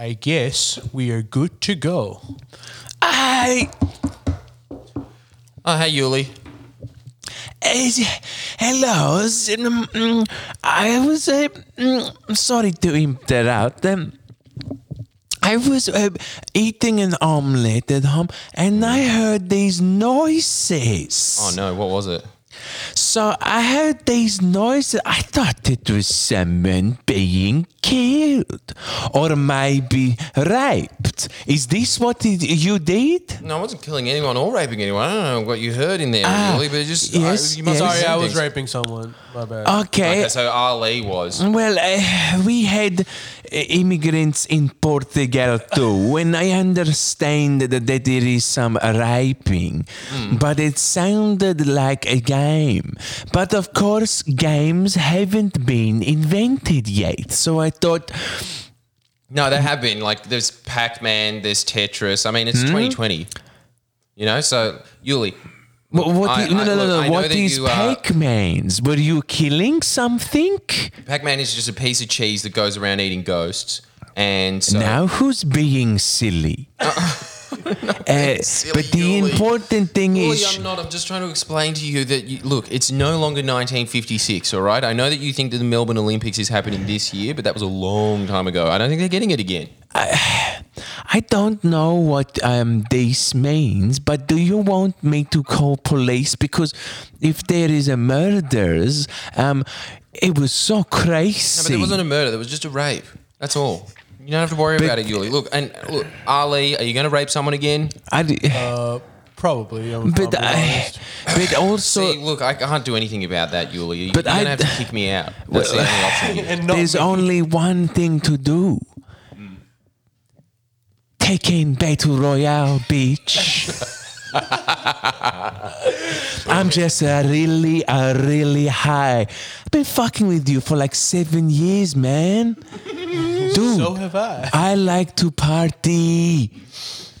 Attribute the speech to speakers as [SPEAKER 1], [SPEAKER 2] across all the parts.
[SPEAKER 1] I guess we are good to go.
[SPEAKER 2] Hi.
[SPEAKER 3] Oh, hey, Yuli.
[SPEAKER 2] eh, hello. s- um, mm, I was uh, mm, sorry to interrupt. Um, I was uh, eating an omelette at home and I heard these noises.
[SPEAKER 3] Oh, no, what was it?
[SPEAKER 2] So I heard these noises. I thought it was someone being killed or maybe raped. Is this what it, you did?
[SPEAKER 3] No, I wasn't killing anyone or raping anyone. I don't know what you heard in there,
[SPEAKER 2] Ah,
[SPEAKER 3] Yuli, but it just.
[SPEAKER 2] yes,
[SPEAKER 3] I, you
[SPEAKER 2] yes.
[SPEAKER 3] must have
[SPEAKER 1] Sorry,
[SPEAKER 3] seen
[SPEAKER 1] I was
[SPEAKER 3] things.
[SPEAKER 1] raping someone. My bad.
[SPEAKER 2] Okay.
[SPEAKER 3] Okay, so Ali was.
[SPEAKER 2] Well, uh, we had uh, immigrants in Portugal too, and I understand that there is some raping,
[SPEAKER 3] Hmm.
[SPEAKER 2] but it sounded like a game. But of course, games haven't been invented yet, so I thought,
[SPEAKER 3] No, there have been. Like, there's Pac Man, there's Tetris. I mean, it's
[SPEAKER 2] Hmm?
[SPEAKER 3] 2020. You know, so, Yuli.
[SPEAKER 2] wha- what?
[SPEAKER 3] I-
[SPEAKER 2] i- no,
[SPEAKER 3] I-
[SPEAKER 2] no, no,
[SPEAKER 3] look,
[SPEAKER 2] no,
[SPEAKER 3] I know
[SPEAKER 2] What
[SPEAKER 3] that
[SPEAKER 2] is
[SPEAKER 3] you uh, are-
[SPEAKER 2] Pac-Man's? Were you killing something?
[SPEAKER 3] Pac Man is just a piece of cheese that goes around eating ghosts. And so.
[SPEAKER 2] Now who's being silly? Uh,
[SPEAKER 3] silly,
[SPEAKER 2] but the
[SPEAKER 3] Yuli.
[SPEAKER 2] important thing
[SPEAKER 3] Really,
[SPEAKER 2] is.
[SPEAKER 3] I'm not. I'm just trying to explain to you that you, look, it's no longer 1956. All right, I know that you think that the Melbourne Olympics is happening this year, but that was a long time ago. I don't think they're getting it again.
[SPEAKER 2] I don't know what um, this means, but do you want me to call police? Because if there is a murders, um, it was so
[SPEAKER 3] No,
[SPEAKER 2] crazy.
[SPEAKER 3] but there wasn't a murder. There was just a rape. That's all. You don't have to worry about it, Yuli. Look, and look, Ali, are you going to rape someone again?
[SPEAKER 2] I-
[SPEAKER 1] Uh, probably. I'm
[SPEAKER 2] but
[SPEAKER 1] probably
[SPEAKER 2] I,
[SPEAKER 1] honest.
[SPEAKER 2] but also
[SPEAKER 3] See, look, I can't do anything about that, Yuli.
[SPEAKER 2] But
[SPEAKER 3] You're going
[SPEAKER 2] I-
[SPEAKER 3] to have to kick me out. That's the only option. here.
[SPEAKER 1] and not
[SPEAKER 2] there's
[SPEAKER 1] me.
[SPEAKER 2] only one thing to do. Taking Battle Royale Beach. I'm just a really, a really high. I've been fucking with you for like seven years, man. Dude,
[SPEAKER 1] So have I.
[SPEAKER 2] I like to party.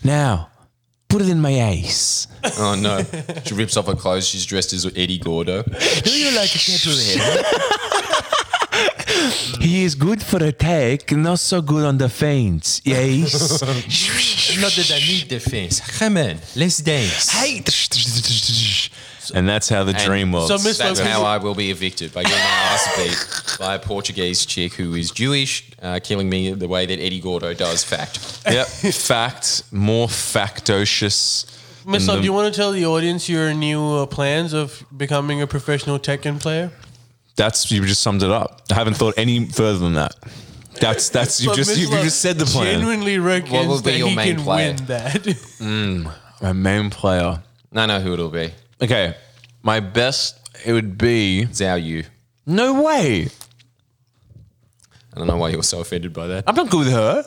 [SPEAKER 2] Now, put it in my ass.
[SPEAKER 3] Oh no! She rips off her clothes. She's dressed as Eddie Gordo.
[SPEAKER 2] Do you like a He is good for attack, not so good on the feints. Yes.
[SPEAKER 3] Not that I need defense. Come on, let's dance.
[SPEAKER 2] Hey. And that's how the dream was.
[SPEAKER 1] So Miss
[SPEAKER 3] That's
[SPEAKER 1] Lopez-
[SPEAKER 3] how I will be evicted by getting my ass beat by a Portuguese chick who is Jewish, uh, killing me the way that Eddie Gordo does. Fact.
[SPEAKER 4] Yep. Fact. More factitious. than
[SPEAKER 1] Miss Love,
[SPEAKER 4] the-
[SPEAKER 1] do you want to tell the audience your new uh, plans of becoming a professional Tekken player?
[SPEAKER 4] That's you just summed it up. I haven't thought any further than that. That's that's you
[SPEAKER 1] But
[SPEAKER 4] just
[SPEAKER 1] Miss
[SPEAKER 4] you, you
[SPEAKER 1] Love
[SPEAKER 4] just said the plan.
[SPEAKER 1] Genuinely reckons
[SPEAKER 3] What will be
[SPEAKER 1] that
[SPEAKER 3] your
[SPEAKER 1] he
[SPEAKER 3] main
[SPEAKER 1] can
[SPEAKER 3] player?
[SPEAKER 1] win that.
[SPEAKER 4] My main player.
[SPEAKER 3] I know who it'll be.
[SPEAKER 4] Okay, my best it would be.
[SPEAKER 3] Zhao Yu.
[SPEAKER 4] No way.
[SPEAKER 3] I don't know why you were so offended by that.
[SPEAKER 4] I'm not good with her.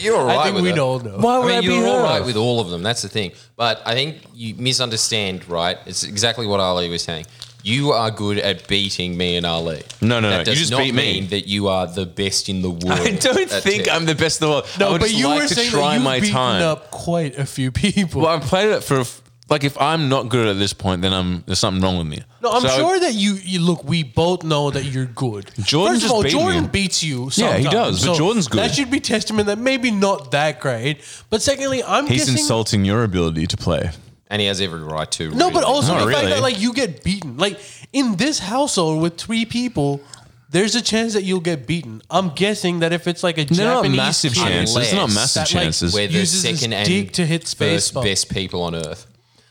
[SPEAKER 3] You're all right
[SPEAKER 1] I think
[SPEAKER 3] with
[SPEAKER 1] we
[SPEAKER 3] it.
[SPEAKER 1] all know.
[SPEAKER 2] Why
[SPEAKER 3] I
[SPEAKER 2] would I,
[SPEAKER 3] mean,
[SPEAKER 2] be
[SPEAKER 3] you're all
[SPEAKER 2] her?
[SPEAKER 3] right with all of them. That's the thing. But I think you misunderstand, right? It's exactly what Ali was saying. You are good at beating me and Ali.
[SPEAKER 4] No, no, no.
[SPEAKER 3] that
[SPEAKER 4] You
[SPEAKER 3] Does
[SPEAKER 4] just
[SPEAKER 3] not
[SPEAKER 4] beat me.
[SPEAKER 3] mean that you are the best in the world.
[SPEAKER 4] I don't
[SPEAKER 3] at
[SPEAKER 4] think
[SPEAKER 3] tech.
[SPEAKER 4] I'm the best in the world. I
[SPEAKER 1] No,
[SPEAKER 4] would
[SPEAKER 1] but
[SPEAKER 4] just
[SPEAKER 1] you
[SPEAKER 4] like
[SPEAKER 1] were
[SPEAKER 4] to
[SPEAKER 1] saying
[SPEAKER 4] try
[SPEAKER 1] that you've
[SPEAKER 4] my
[SPEAKER 1] beaten
[SPEAKER 4] time.
[SPEAKER 1] up quite a few people.
[SPEAKER 4] Well, I've played it for like if I'm not good at this point, then I'm there's something wrong with me.
[SPEAKER 1] No, I'm
[SPEAKER 4] So I would-
[SPEAKER 1] sure that you, you look. We both know that you're good.
[SPEAKER 4] Jordan
[SPEAKER 1] First of
[SPEAKER 4] just
[SPEAKER 1] all,
[SPEAKER 4] beat
[SPEAKER 1] Jordan
[SPEAKER 4] me.
[SPEAKER 1] beats you.
[SPEAKER 4] Yeah, he
[SPEAKER 1] sometimes,
[SPEAKER 4] does, but
[SPEAKER 1] so
[SPEAKER 4] Jordan's good.
[SPEAKER 1] That should be testament that maybe not that great. But secondly, I'm
[SPEAKER 4] He's
[SPEAKER 1] guessing.
[SPEAKER 4] insulting your ability to play.
[SPEAKER 3] And he has every right to.
[SPEAKER 1] No, but
[SPEAKER 3] really.
[SPEAKER 1] also
[SPEAKER 4] Not
[SPEAKER 1] the fact that
[SPEAKER 4] really.
[SPEAKER 1] like you get beaten. Like in this household with three people, there's a chance that you'll get beaten. I'm guessing that if it's like a
[SPEAKER 4] They're not
[SPEAKER 1] Japanese
[SPEAKER 4] massive
[SPEAKER 1] kid
[SPEAKER 4] chances. It's not
[SPEAKER 3] unless
[SPEAKER 4] massive
[SPEAKER 1] that, like,
[SPEAKER 4] chances.
[SPEAKER 3] we're the
[SPEAKER 1] uses his
[SPEAKER 3] second and
[SPEAKER 1] dick to hit space
[SPEAKER 3] first
[SPEAKER 1] bump.
[SPEAKER 3] best people on earth.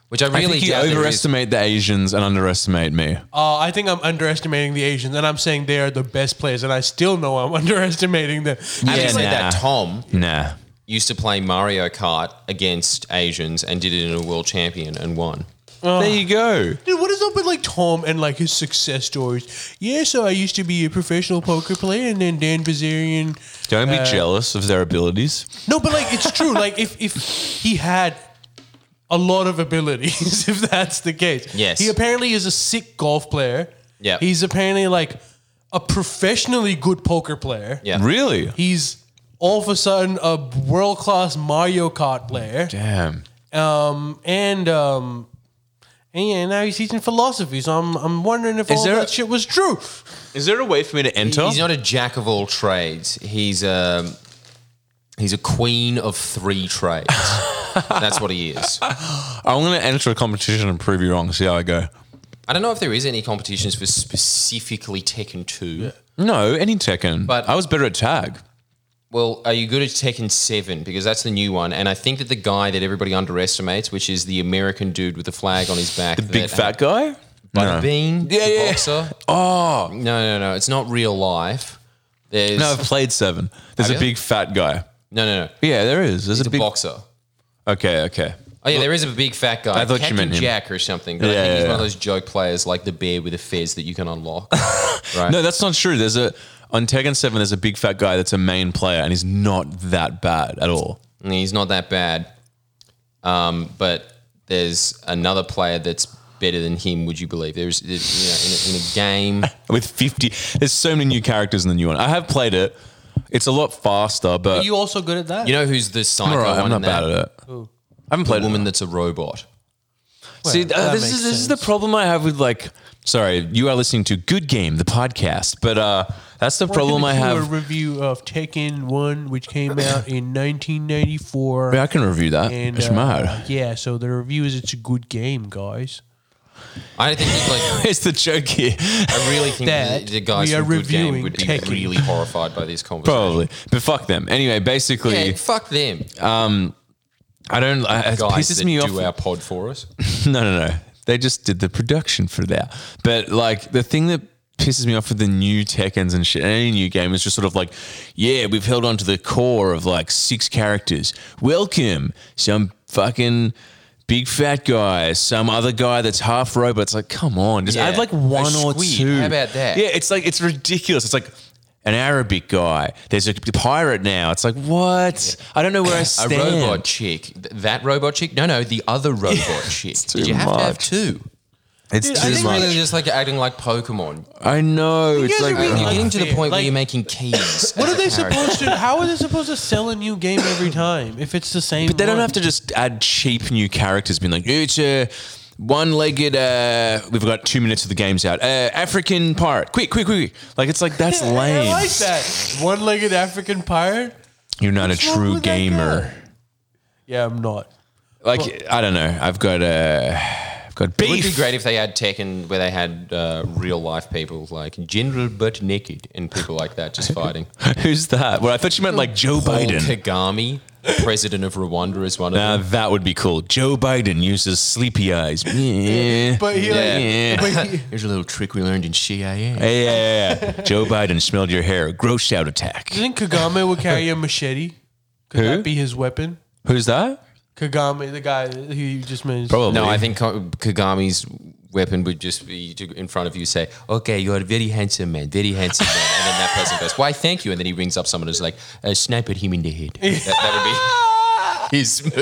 [SPEAKER 3] Which I
[SPEAKER 4] I
[SPEAKER 3] really
[SPEAKER 4] think you
[SPEAKER 3] doubt there is.
[SPEAKER 4] overestimate the Asians and underestimate me.
[SPEAKER 1] Uh, I think I'm underestimating the Asians, and I'm saying they are the best players, and I still know I'm underestimating them.
[SPEAKER 3] Having
[SPEAKER 4] Yeah,
[SPEAKER 3] said that,
[SPEAKER 4] nah.
[SPEAKER 3] Tom
[SPEAKER 4] Nah.
[SPEAKER 3] used to play Mario Kart against Asians and did it in a world champion and won.
[SPEAKER 1] Oh.
[SPEAKER 4] there you go.
[SPEAKER 1] Dude, what is up with like Tom and like his success stories? Yeah, so I used to be a professional poker player, and then Dan Bazarian.
[SPEAKER 4] Don't
[SPEAKER 1] Uh,
[SPEAKER 4] be jealous of their abilities.
[SPEAKER 1] No, but like it's true. like if if he had a lot of abilities, if that's the case.
[SPEAKER 3] Yes.
[SPEAKER 1] He apparently is a sick golf player.
[SPEAKER 3] Yeah.
[SPEAKER 1] He's apparently like a professionally good poker player.
[SPEAKER 3] Yeah.
[SPEAKER 4] Really?
[SPEAKER 1] He's all of a sudden a world class Mario Kart player.
[SPEAKER 4] Damn.
[SPEAKER 1] Um and um and yeah, now he's teaching philosophy, so I'm I'm wondering if all
[SPEAKER 4] there
[SPEAKER 1] that
[SPEAKER 4] a-
[SPEAKER 1] shit was true.
[SPEAKER 4] Is there a way for me to enter?
[SPEAKER 3] He's not a jack of all trades. He's um, He's a queen of three trades. That's what he is.
[SPEAKER 2] I'm going to enter a competition and prove you wrong. See how I go.
[SPEAKER 3] I don't know if there is any competitions for specifically Tekken 2.
[SPEAKER 2] No, any Tekken.
[SPEAKER 3] But-
[SPEAKER 2] But I was better at tag.
[SPEAKER 3] Well, are you good at Tekken 7? Because that's the new one. And I think that the guy that everybody underestimates, which is the American dude with the flag on his back. The
[SPEAKER 2] Big fat guy.
[SPEAKER 3] Bada
[SPEAKER 2] Yeah,
[SPEAKER 3] Bean, the
[SPEAKER 2] yeah, yeah.
[SPEAKER 3] boxer.
[SPEAKER 2] Oh
[SPEAKER 3] No, no, no. It's not real life. There's,
[SPEAKER 2] no,
[SPEAKER 3] no,
[SPEAKER 2] I've played seven. There's
[SPEAKER 3] Have
[SPEAKER 2] a
[SPEAKER 3] you?
[SPEAKER 2] big fat guy.
[SPEAKER 3] no, no. no.
[SPEAKER 2] Yeah, there is. There's
[SPEAKER 3] The
[SPEAKER 2] a big.
[SPEAKER 3] boxer.
[SPEAKER 2] Okay, okay.
[SPEAKER 3] Oh, yeah, there is a big fat guy.
[SPEAKER 2] I thought you
[SPEAKER 3] Captain
[SPEAKER 2] meant him.
[SPEAKER 3] Jack or something. But I
[SPEAKER 2] Yeah,
[SPEAKER 3] think he's
[SPEAKER 2] yeah,
[SPEAKER 3] one of
[SPEAKER 2] yeah.
[SPEAKER 3] those joke players like the bear with a fez that you can unlock. right.
[SPEAKER 2] No, that's not true. There's a on Tekken Seven. There's a big fat guy that's a main player, and he's not that bad at all.
[SPEAKER 3] And He's not that bad. Um, but there's another player that's better than him, would you believe? There's, there's you know, in, a, in a game.
[SPEAKER 2] With fifty, there's so many new characters in the new one. I have played it. It's a lot faster,
[SPEAKER 1] Are
[SPEAKER 2] but
[SPEAKER 1] you also good at that?
[SPEAKER 3] You know who's the psycho
[SPEAKER 2] I'm all right.
[SPEAKER 3] one
[SPEAKER 2] I'm not
[SPEAKER 3] in that?
[SPEAKER 2] bad at it. I haven't played
[SPEAKER 3] The
[SPEAKER 2] it.
[SPEAKER 3] woman that's a robot.
[SPEAKER 2] See,
[SPEAKER 1] Well,
[SPEAKER 2] uh,
[SPEAKER 1] that
[SPEAKER 2] this
[SPEAKER 1] makes
[SPEAKER 2] is this is the problem I have with like. Sorry, you are listening to Good Game, the podcast, but uh, that's the problem I
[SPEAKER 1] A
[SPEAKER 2] have.
[SPEAKER 1] review of Tekken One, which came out in 1994.
[SPEAKER 2] Yeah, I can review that.
[SPEAKER 1] And,
[SPEAKER 2] it's
[SPEAKER 1] uh,
[SPEAKER 2] mad.
[SPEAKER 1] Yeah, so the review is it's a good game, guys.
[SPEAKER 3] I think he's like.
[SPEAKER 2] It's the joke here,
[SPEAKER 3] I really think
[SPEAKER 1] That
[SPEAKER 3] that the guys
[SPEAKER 1] we are
[SPEAKER 3] from Good Game
[SPEAKER 1] reviewing
[SPEAKER 3] would be
[SPEAKER 1] Tekken.
[SPEAKER 3] really horrified by this conversation.
[SPEAKER 2] probably. But fuck them. Anyway, basically,
[SPEAKER 3] Yeah, fuck them.
[SPEAKER 2] I don't. I, it
[SPEAKER 3] guys
[SPEAKER 2] pisses
[SPEAKER 3] that
[SPEAKER 2] me off.
[SPEAKER 3] do our pod for us.
[SPEAKER 2] No, no, no. They just did the production for that. But like the thing that pisses me off with the new Tekkens and shit, any new game is just sort of like, yeah, we've held on to the core of like six characters. Welcome, some fucking big fat guy, some other guy that's half robot. It's like, come on, just
[SPEAKER 3] Yeah.
[SPEAKER 2] add like
[SPEAKER 3] A
[SPEAKER 2] one or
[SPEAKER 3] squid.
[SPEAKER 2] two.
[SPEAKER 3] How about that?
[SPEAKER 2] Yeah, it's like it's ridiculous. It's like. An Arabic guy. There's a pirate now. It's like what? I don't know where I
[SPEAKER 3] A
[SPEAKER 2] stand.
[SPEAKER 3] robot chick. Th- That robot chick? No, no, the other robot chick.
[SPEAKER 2] too
[SPEAKER 3] Did you have to have
[SPEAKER 2] much.
[SPEAKER 3] two?
[SPEAKER 2] It's
[SPEAKER 1] Dude, I
[SPEAKER 2] too
[SPEAKER 3] It's
[SPEAKER 1] think
[SPEAKER 2] much.
[SPEAKER 3] really just like acting like Pokemon.
[SPEAKER 2] I know. It's
[SPEAKER 1] guys
[SPEAKER 2] like
[SPEAKER 1] are really
[SPEAKER 3] You're getting to the
[SPEAKER 1] Unfair.
[SPEAKER 3] point where
[SPEAKER 1] Like-
[SPEAKER 3] you're making keys.
[SPEAKER 1] What are
[SPEAKER 3] as
[SPEAKER 1] they
[SPEAKER 3] a character.
[SPEAKER 1] supposed to? How are they supposed to sell a new game every time if it's the same?
[SPEAKER 2] But they don't have to just add cheap new characters, being like, it's a one legged, uh, we've got two minutes of the game's out. Uh, African pirate. Quick, quick, quick. Like, it's like, that's lame.
[SPEAKER 1] I like that one-legged African pirate.
[SPEAKER 2] You're not a
[SPEAKER 1] wrong
[SPEAKER 2] true
[SPEAKER 1] with that
[SPEAKER 2] gamer.
[SPEAKER 1] Yeah, I'm not.
[SPEAKER 2] Like, I don't know. I've got, uh, I've got
[SPEAKER 3] It would
[SPEAKER 2] beef.
[SPEAKER 3] be great if they had Tekken where they had uh, real life people like General Butt Naked and people like that just fighting.
[SPEAKER 2] Who's that? Well, I thought you meant like Joe
[SPEAKER 3] Paul
[SPEAKER 2] Biden.
[SPEAKER 3] Kagame, president of Rwanda, is one of
[SPEAKER 2] Now
[SPEAKER 3] them.
[SPEAKER 2] that would be cool. Joe Biden uses sleepy eyes. Yeah.
[SPEAKER 1] But he
[SPEAKER 2] yeah.
[SPEAKER 1] like-
[SPEAKER 2] yeah.
[SPEAKER 1] But he-
[SPEAKER 3] Here's a little trick we learned in CIA.
[SPEAKER 2] Yeah, yeah, yeah. Joe Biden smelled your hair. Gross shout attack.
[SPEAKER 1] do you think Kagame would carry a machete? Could
[SPEAKER 2] Who?
[SPEAKER 1] that be his weapon?
[SPEAKER 2] Who's that?
[SPEAKER 1] Kagame, the guy who you just mentioned.
[SPEAKER 2] Probably.
[SPEAKER 3] No, I think Ka- Kagame's weapon would just be to, in front of you say, okay, you're a very handsome man, very handsome man. And then that person goes, why, thank you. And then he rings up someone who's like, uh, snipe at him in the head. That, that would be his move.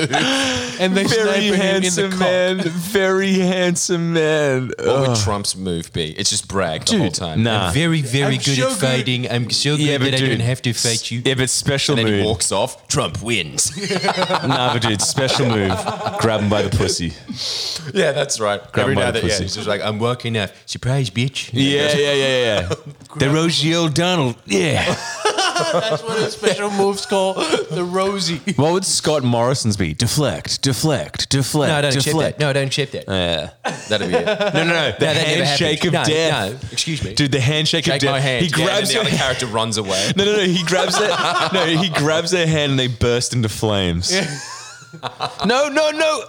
[SPEAKER 1] and they snipe
[SPEAKER 2] Very
[SPEAKER 1] him in the
[SPEAKER 2] handsome
[SPEAKER 1] cock.
[SPEAKER 2] man. Very handsome man.
[SPEAKER 3] What
[SPEAKER 2] Ugh.
[SPEAKER 3] would Trump's move be? It's just brag the whole
[SPEAKER 2] Oh. Dude,
[SPEAKER 3] time.
[SPEAKER 2] nah.
[SPEAKER 3] I'm very, very
[SPEAKER 1] I'm so good.
[SPEAKER 3] I'm so good
[SPEAKER 2] dude, Yeah, but special
[SPEAKER 3] And then he
[SPEAKER 2] move.
[SPEAKER 3] walks off. Trump wins.
[SPEAKER 2] Nah, but dude, special move. Grab him by the pussy.
[SPEAKER 3] yeah, that's right. Every
[SPEAKER 2] by
[SPEAKER 3] now
[SPEAKER 2] the
[SPEAKER 3] and then, yeah,
[SPEAKER 2] pussy.
[SPEAKER 3] he's just like, I'm working out. Surprise, bitch.
[SPEAKER 2] Yeah, yeah, yeah, yeah. the Rosie O'Donnell. Yeah.
[SPEAKER 1] That's what his special moves called, the Rosie.
[SPEAKER 2] What would Scott Morrison's be? Deflect, deflect, deflect,
[SPEAKER 3] No, don't chip that.
[SPEAKER 2] deflect.
[SPEAKER 3] No, don't chip that. That'd be it.
[SPEAKER 2] No, no, no. The
[SPEAKER 3] that never
[SPEAKER 2] handshake of
[SPEAKER 3] happened. No,
[SPEAKER 2] death.
[SPEAKER 3] no, excuse me.
[SPEAKER 2] Dude, the handshake of
[SPEAKER 3] Shake
[SPEAKER 2] death.
[SPEAKER 3] my hand.
[SPEAKER 2] He grabs
[SPEAKER 3] yeah, and then
[SPEAKER 2] your
[SPEAKER 3] the other character runs away.
[SPEAKER 2] No, no, no. He grabs it. No, he grabs their hand and they burst into flames. no, no, no.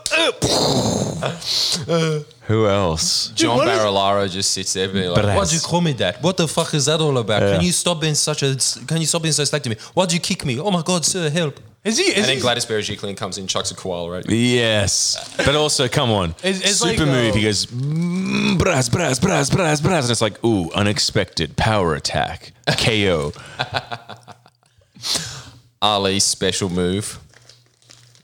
[SPEAKER 2] Uh, Who else?
[SPEAKER 3] John
[SPEAKER 1] what is-
[SPEAKER 3] Barilaro just sits there being like,
[SPEAKER 2] Brass.
[SPEAKER 3] "Why'd you call me that? What the fuck is that all about? Can you stop being such a? Can you stop being so slack to me? Why'd you kick me? Oh my god, sir, help!"
[SPEAKER 1] Is he? Is
[SPEAKER 3] And then
[SPEAKER 1] he
[SPEAKER 3] Gladys Berejiklian comes in, chucks a koala right.
[SPEAKER 2] Yes, but also, come on,
[SPEAKER 1] It's- it's
[SPEAKER 2] super
[SPEAKER 1] like,
[SPEAKER 2] move.
[SPEAKER 1] uh,
[SPEAKER 2] he goes mm, brass, brass, brass, brass, brass, and it's like ooh, unexpected power attack, KO.
[SPEAKER 3] Ali's special move.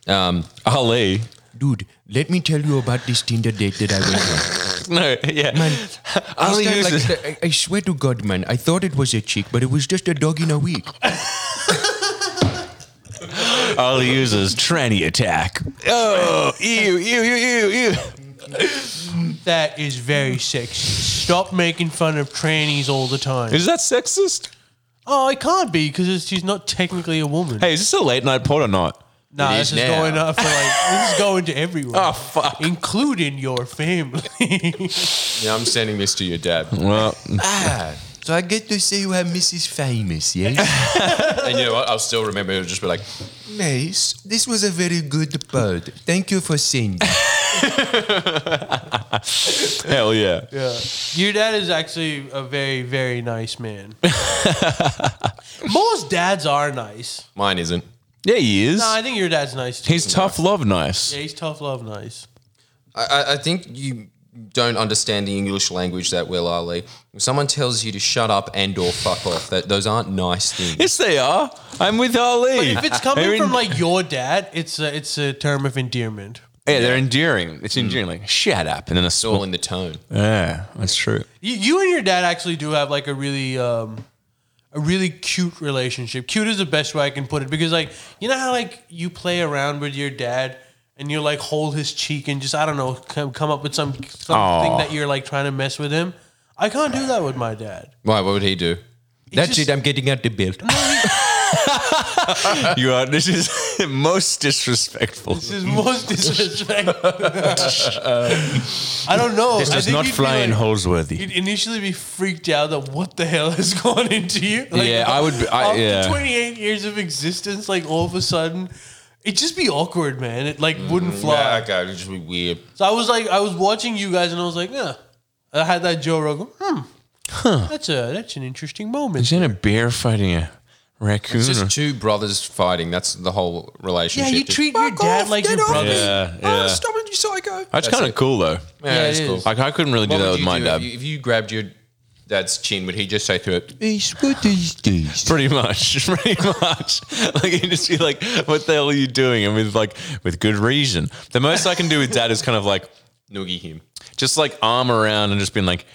[SPEAKER 3] Um,
[SPEAKER 2] Ali,
[SPEAKER 5] Dude, let me tell you about this Tinder date that I went on.
[SPEAKER 2] no, yeah,
[SPEAKER 5] This
[SPEAKER 2] Ali
[SPEAKER 5] guy, like,
[SPEAKER 2] uses
[SPEAKER 5] I, I swear to God, man, I thought it was a chick, but it was just a dog in a week.
[SPEAKER 2] Ali uses tranny attack. Oh, ew, ew, ew, ew, ew.
[SPEAKER 1] that is very sexy. Stop making fun of trannies all the time.
[SPEAKER 2] Is that sexist?
[SPEAKER 1] Oh, it can't be because she's not technically a woman.
[SPEAKER 2] Hey, is this a late night pod or not?
[SPEAKER 1] no,
[SPEAKER 3] it
[SPEAKER 1] this
[SPEAKER 3] is
[SPEAKER 1] is
[SPEAKER 3] now.
[SPEAKER 1] going up for like this is going to everyone,
[SPEAKER 2] Oh fuck.
[SPEAKER 1] including your family.
[SPEAKER 3] Yeah, I'm sending this to your dad. and
[SPEAKER 2] Well,
[SPEAKER 5] So I get to see you have Mrs. Famous, yes?
[SPEAKER 3] you know what? I'll still remember. It'll just be like,
[SPEAKER 5] Mace, this was a very good bird. Thank you for singing.
[SPEAKER 2] hell yeah.
[SPEAKER 1] Yeah. Your dad is actually a very, very nice man. Most dads are nice.
[SPEAKER 3] mine isn't.
[SPEAKER 2] Yeah, he is.
[SPEAKER 1] No, I think your dad's nice too.
[SPEAKER 2] He's tough love nice.
[SPEAKER 1] yeah, he's tough love nice.
[SPEAKER 3] I, I- I think you don't understand the English language that well, Ali. If someone tells you to shut up and or fuck off, that those aren't nice things.
[SPEAKER 2] Yes, they are. I'm with Ali.
[SPEAKER 1] If it's coming
[SPEAKER 2] They're en-
[SPEAKER 1] from like your dad, it's a, it's a term of endearment.
[SPEAKER 2] yeah, they're endearing. It's endearing. Like, shut up, and then a
[SPEAKER 3] It's all
[SPEAKER 2] small.
[SPEAKER 3] in the tone.
[SPEAKER 2] Hmm. Yeah, that's true.
[SPEAKER 1] You, you and your dad actually do have like a really um, a really cute relationship. Cute is the best way I can put it because like you know how like you play around with your dad and you like hold his cheek and just I don't know come, come up with some something
[SPEAKER 2] Aw.
[SPEAKER 1] that you're like trying to mess with him. I can't do that with my dad.
[SPEAKER 3] Why? What would he do?
[SPEAKER 1] That's just- it,
[SPEAKER 3] I'm getting out the bed.
[SPEAKER 2] You are. This is most disrespectful.
[SPEAKER 1] This is most disrespectful. I don't know.
[SPEAKER 2] This
[SPEAKER 1] I
[SPEAKER 2] does
[SPEAKER 1] think
[SPEAKER 2] not
[SPEAKER 1] you'd be,
[SPEAKER 2] fly in
[SPEAKER 1] like-
[SPEAKER 2] Holsworthy.
[SPEAKER 1] You'd initially be freaked out that what the hell has gone into you. Like,
[SPEAKER 2] Yeah, I would be- I-
[SPEAKER 1] after
[SPEAKER 2] yeah.
[SPEAKER 1] 28 years of existence, like all of a sudden, it'd just be awkward, man. It like
[SPEAKER 2] Mm,
[SPEAKER 1] wouldn't fly.
[SPEAKER 3] Yeah, okay, it'd just be weird.
[SPEAKER 1] So I was like, I was watching you guys, and I was like, yeah. I had that Joe Rogan. Hmm. That's a that's an interesting moment.
[SPEAKER 2] Is that a bear fighting a raccoon?
[SPEAKER 3] It's
[SPEAKER 2] or-
[SPEAKER 3] just two brothers fighting. That's the whole
[SPEAKER 1] Yeah,
[SPEAKER 3] relationship.
[SPEAKER 1] you treat your dad like your brother. Ah,
[SPEAKER 2] yeah, yeah.
[SPEAKER 5] Stop it, you psycho.
[SPEAKER 2] That's kind of cool though.
[SPEAKER 3] Yeah,
[SPEAKER 1] Yeah,
[SPEAKER 3] it's
[SPEAKER 1] it
[SPEAKER 3] cool.
[SPEAKER 1] is.
[SPEAKER 2] Like I couldn't really do
[SPEAKER 3] What
[SPEAKER 2] that
[SPEAKER 3] would
[SPEAKER 2] with
[SPEAKER 3] you
[SPEAKER 2] my
[SPEAKER 3] do
[SPEAKER 2] dad.
[SPEAKER 3] If you, if you grabbed your dad's chin, would he just say to it,
[SPEAKER 5] Mace, what is this?
[SPEAKER 2] Pretty much, pretty much. Like you just be like, "What the hell are you doing?" And with like, with good reason. The most I can do with dad is kind of like,
[SPEAKER 3] noogie him?
[SPEAKER 2] just like arm around and just being like,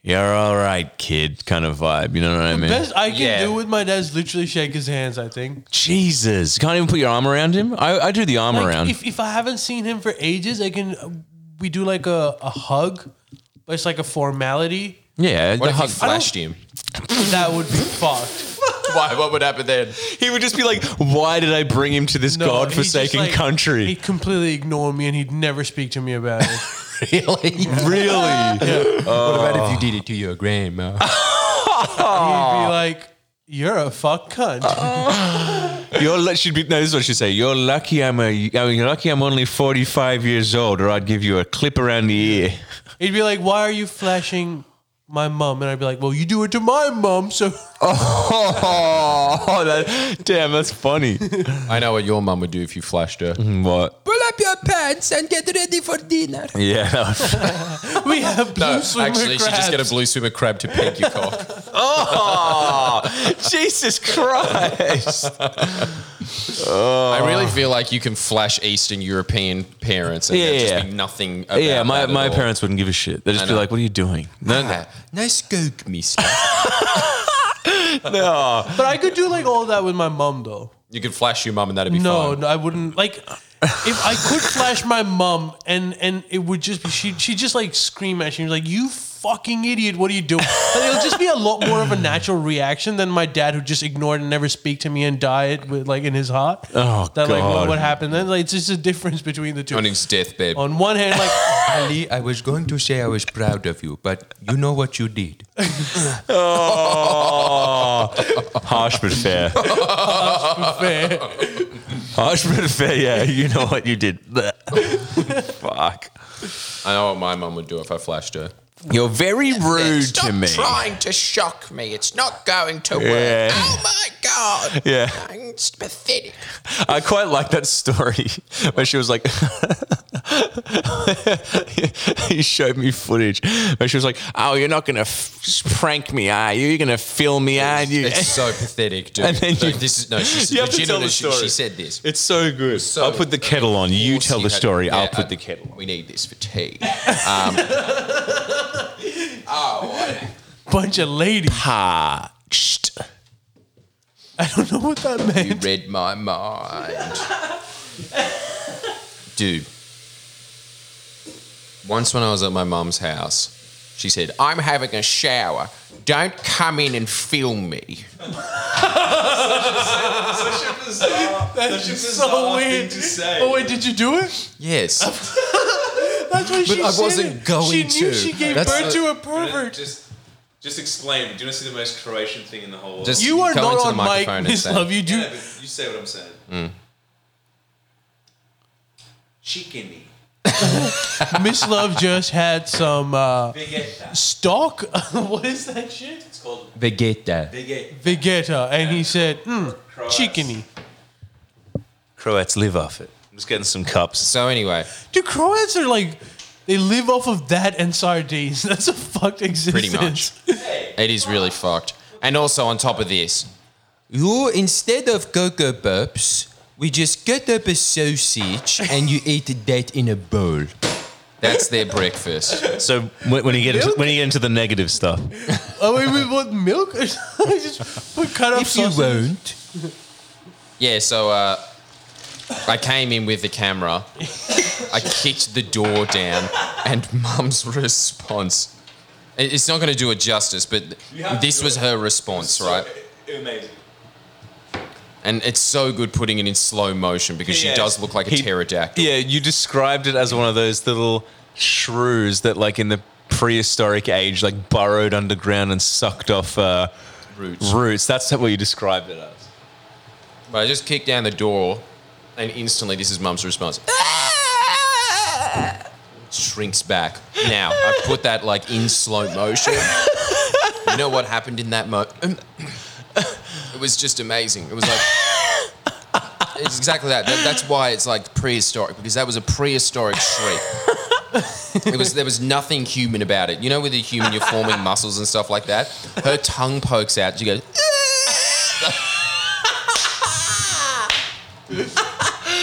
[SPEAKER 2] "You're all right, kid," kind of vibe. You know what I mean?
[SPEAKER 1] Best I can
[SPEAKER 3] Yeah.
[SPEAKER 1] do with my dad is literally shake his hands. I think.
[SPEAKER 2] Jesus, you can't even put your arm around him. I, I do the arm
[SPEAKER 1] Like,
[SPEAKER 2] around.
[SPEAKER 1] If, if I haven't seen him for ages, I can. We do like a, a hug, but it's like a formality.
[SPEAKER 2] yeah,
[SPEAKER 3] What
[SPEAKER 2] the
[SPEAKER 3] if
[SPEAKER 2] hug.
[SPEAKER 3] you flashed him?
[SPEAKER 1] That would be fucked.
[SPEAKER 3] Why? What would happen then?
[SPEAKER 2] He would just be like, "Why did I bring him to this
[SPEAKER 1] No,
[SPEAKER 2] godforsaken
[SPEAKER 1] he'd just, like,
[SPEAKER 2] country?"
[SPEAKER 1] He'd completely ignore me and he'd never speak to me about it.
[SPEAKER 3] Really?
[SPEAKER 2] really?
[SPEAKER 3] what about if you did it to your grandma?
[SPEAKER 1] he'd be like, "You're a fuck cunt."
[SPEAKER 2] You're lu- should be no. This is what she say. You're lucky. I'm a. I mean, you're lucky. I'm only 45 years old, or I'd give you a clip around the ear.
[SPEAKER 1] he'd be like, "Why are you flashing my mum?" And I'd be like, "Well, you do it to my mum, so."
[SPEAKER 2] Oh, that, damn, that's funny.
[SPEAKER 3] I know what your mum would do if you flashed her.
[SPEAKER 2] what?
[SPEAKER 5] Pull up your pants and get ready for dinner.
[SPEAKER 2] Yeah. that was-
[SPEAKER 1] We have blue
[SPEAKER 3] No,
[SPEAKER 1] swimmer
[SPEAKER 3] actually, she just get a
[SPEAKER 1] crabs.
[SPEAKER 3] blue swimmer crab to peg your cock.
[SPEAKER 2] oh, Jesus Christ.
[SPEAKER 3] I really feel like you can flash Eastern European parents and
[SPEAKER 2] Yeah,
[SPEAKER 3] there'd
[SPEAKER 2] yeah.
[SPEAKER 3] just be nothing. About
[SPEAKER 2] Yeah, my,
[SPEAKER 3] that at
[SPEAKER 2] my
[SPEAKER 3] all.
[SPEAKER 2] parents wouldn't give a shit. They'd just be
[SPEAKER 3] know.
[SPEAKER 2] like, "What are you doing?" No, no,
[SPEAKER 5] Nice coke, miss.
[SPEAKER 1] But I could do like all that with my mum though.
[SPEAKER 3] You could flash your mum and that'd be
[SPEAKER 1] No,
[SPEAKER 3] fine.
[SPEAKER 1] no, I wouldn't. Like, if I could flash my mum, and and it would just be she she just like scream at you, like you fucking idiot, what are you doing? But it'll just be a lot more of a natural reaction than my dad who just ignored and never speak to me and died with like in his heart.
[SPEAKER 2] Oh,
[SPEAKER 1] that like what,
[SPEAKER 2] God.
[SPEAKER 1] what happened then? Like it's just a difference between the two.
[SPEAKER 3] On his deathbed.
[SPEAKER 1] On one hand, like
[SPEAKER 5] Ali, I was going to say I was proud of you, but you know what you did.
[SPEAKER 2] Oh, harsh but fair.
[SPEAKER 1] fair.
[SPEAKER 2] Harsh but fair. Yeah, you know what you did. Fuck.
[SPEAKER 3] I know what my mum would do if I flashed her.
[SPEAKER 2] You're very rude to me.
[SPEAKER 6] trying to shock me. It's not going to
[SPEAKER 2] Yeah.
[SPEAKER 6] work. Oh my god.
[SPEAKER 2] Yeah.
[SPEAKER 6] It's pathetic.
[SPEAKER 2] I quite like that story where she was like, he showed me footage where she was like, oh, you're not going to f- prank me, are you? You're going to film me, aren't you?
[SPEAKER 3] It's so pathetic, dude.
[SPEAKER 2] And then
[SPEAKER 3] no,
[SPEAKER 2] you-
[SPEAKER 3] this is no. She's
[SPEAKER 2] You have to tell
[SPEAKER 3] legitimately.
[SPEAKER 2] the
[SPEAKER 3] She, she
[SPEAKER 2] story.
[SPEAKER 3] said this.
[SPEAKER 2] It's so good.
[SPEAKER 3] So-
[SPEAKER 2] I'll put the kettle on. You
[SPEAKER 3] Of course
[SPEAKER 2] tell the
[SPEAKER 3] had-
[SPEAKER 2] story.
[SPEAKER 3] yeah,
[SPEAKER 2] I'll put
[SPEAKER 3] I-
[SPEAKER 2] the kettle on.
[SPEAKER 3] We need this for tea.
[SPEAKER 1] bunch of ladies.
[SPEAKER 2] Parched.
[SPEAKER 1] I don't know what that
[SPEAKER 3] You
[SPEAKER 1] meant.
[SPEAKER 3] read my mind. Dude. Once when I was at my mum's house, She said,
[SPEAKER 6] I'm having a shower. Don't come in and film me.
[SPEAKER 2] uh,
[SPEAKER 1] It's so weird. Oh wait, did you do it?
[SPEAKER 3] "Yes."
[SPEAKER 1] That's what she
[SPEAKER 3] I
[SPEAKER 1] said.
[SPEAKER 3] wasn't going
[SPEAKER 1] She knew
[SPEAKER 3] to.
[SPEAKER 1] she gave
[SPEAKER 3] That's
[SPEAKER 1] birth
[SPEAKER 3] the-
[SPEAKER 1] to a pervert.
[SPEAKER 2] Just, just explain. Do you want to see the most Croatian thing in the whole world?
[SPEAKER 3] Just-
[SPEAKER 1] You are
[SPEAKER 3] Go
[SPEAKER 1] not
[SPEAKER 3] into the
[SPEAKER 1] on mic,
[SPEAKER 3] microphone and
[SPEAKER 1] Miss
[SPEAKER 3] say-
[SPEAKER 1] Love. You do.
[SPEAKER 2] Yeah, but you say what I'm saying. Chickeny.
[SPEAKER 1] Miss Love just had some uh,
[SPEAKER 2] Vegeta.
[SPEAKER 1] stock. what is that shit?
[SPEAKER 2] It's called
[SPEAKER 3] Vegeta.
[SPEAKER 2] Vegeta.
[SPEAKER 1] Vegeta, and he said, mm, chickeny.
[SPEAKER 2] Croats live off it. I'm just getting some cups.
[SPEAKER 3] So anyway,
[SPEAKER 1] Dude, Croats are like they live off of that and sardines. That's a fucked existence.
[SPEAKER 3] much. it is really fucked. And also on top of this, you instead of cocoa pops, we just cut up a sausage and you eat that in a bowl. That's their breakfast.
[SPEAKER 2] So when, when you get into, when you get into the negative stuff,
[SPEAKER 1] Oh wait, we want milk? Just put cut up
[SPEAKER 3] If you
[SPEAKER 1] sausage.
[SPEAKER 3] won't. Yeah, so uh, I came in with the camera. I kicked the door down, and mum's response. it- It's not going to do it justice, but this was her response, right?
[SPEAKER 2] amazing.
[SPEAKER 3] And it's so good putting it in slow motion because
[SPEAKER 2] Yeah.
[SPEAKER 3] she does look like a
[SPEAKER 2] He-
[SPEAKER 3] pterodactyl.
[SPEAKER 2] Yeah, you described it as one of those little shrews that, like in the prehistoric age, like burrowed underground and sucked off uh,
[SPEAKER 3] Roots.
[SPEAKER 2] roots. That's what you described it as.
[SPEAKER 3] But I just kicked down the door, and instantly, this is mum's response. Shrinks back. Now, I put that like in slow motion. You know what happened in that moment? It was just amazing. It was like. It's exactly that. That- That's why it's like prehistoric because that was a prehistoric shriek. It was there was nothing human about it. You know, with a human, you're forming muscles and stuff like that. Her tongue pokes out. She goes,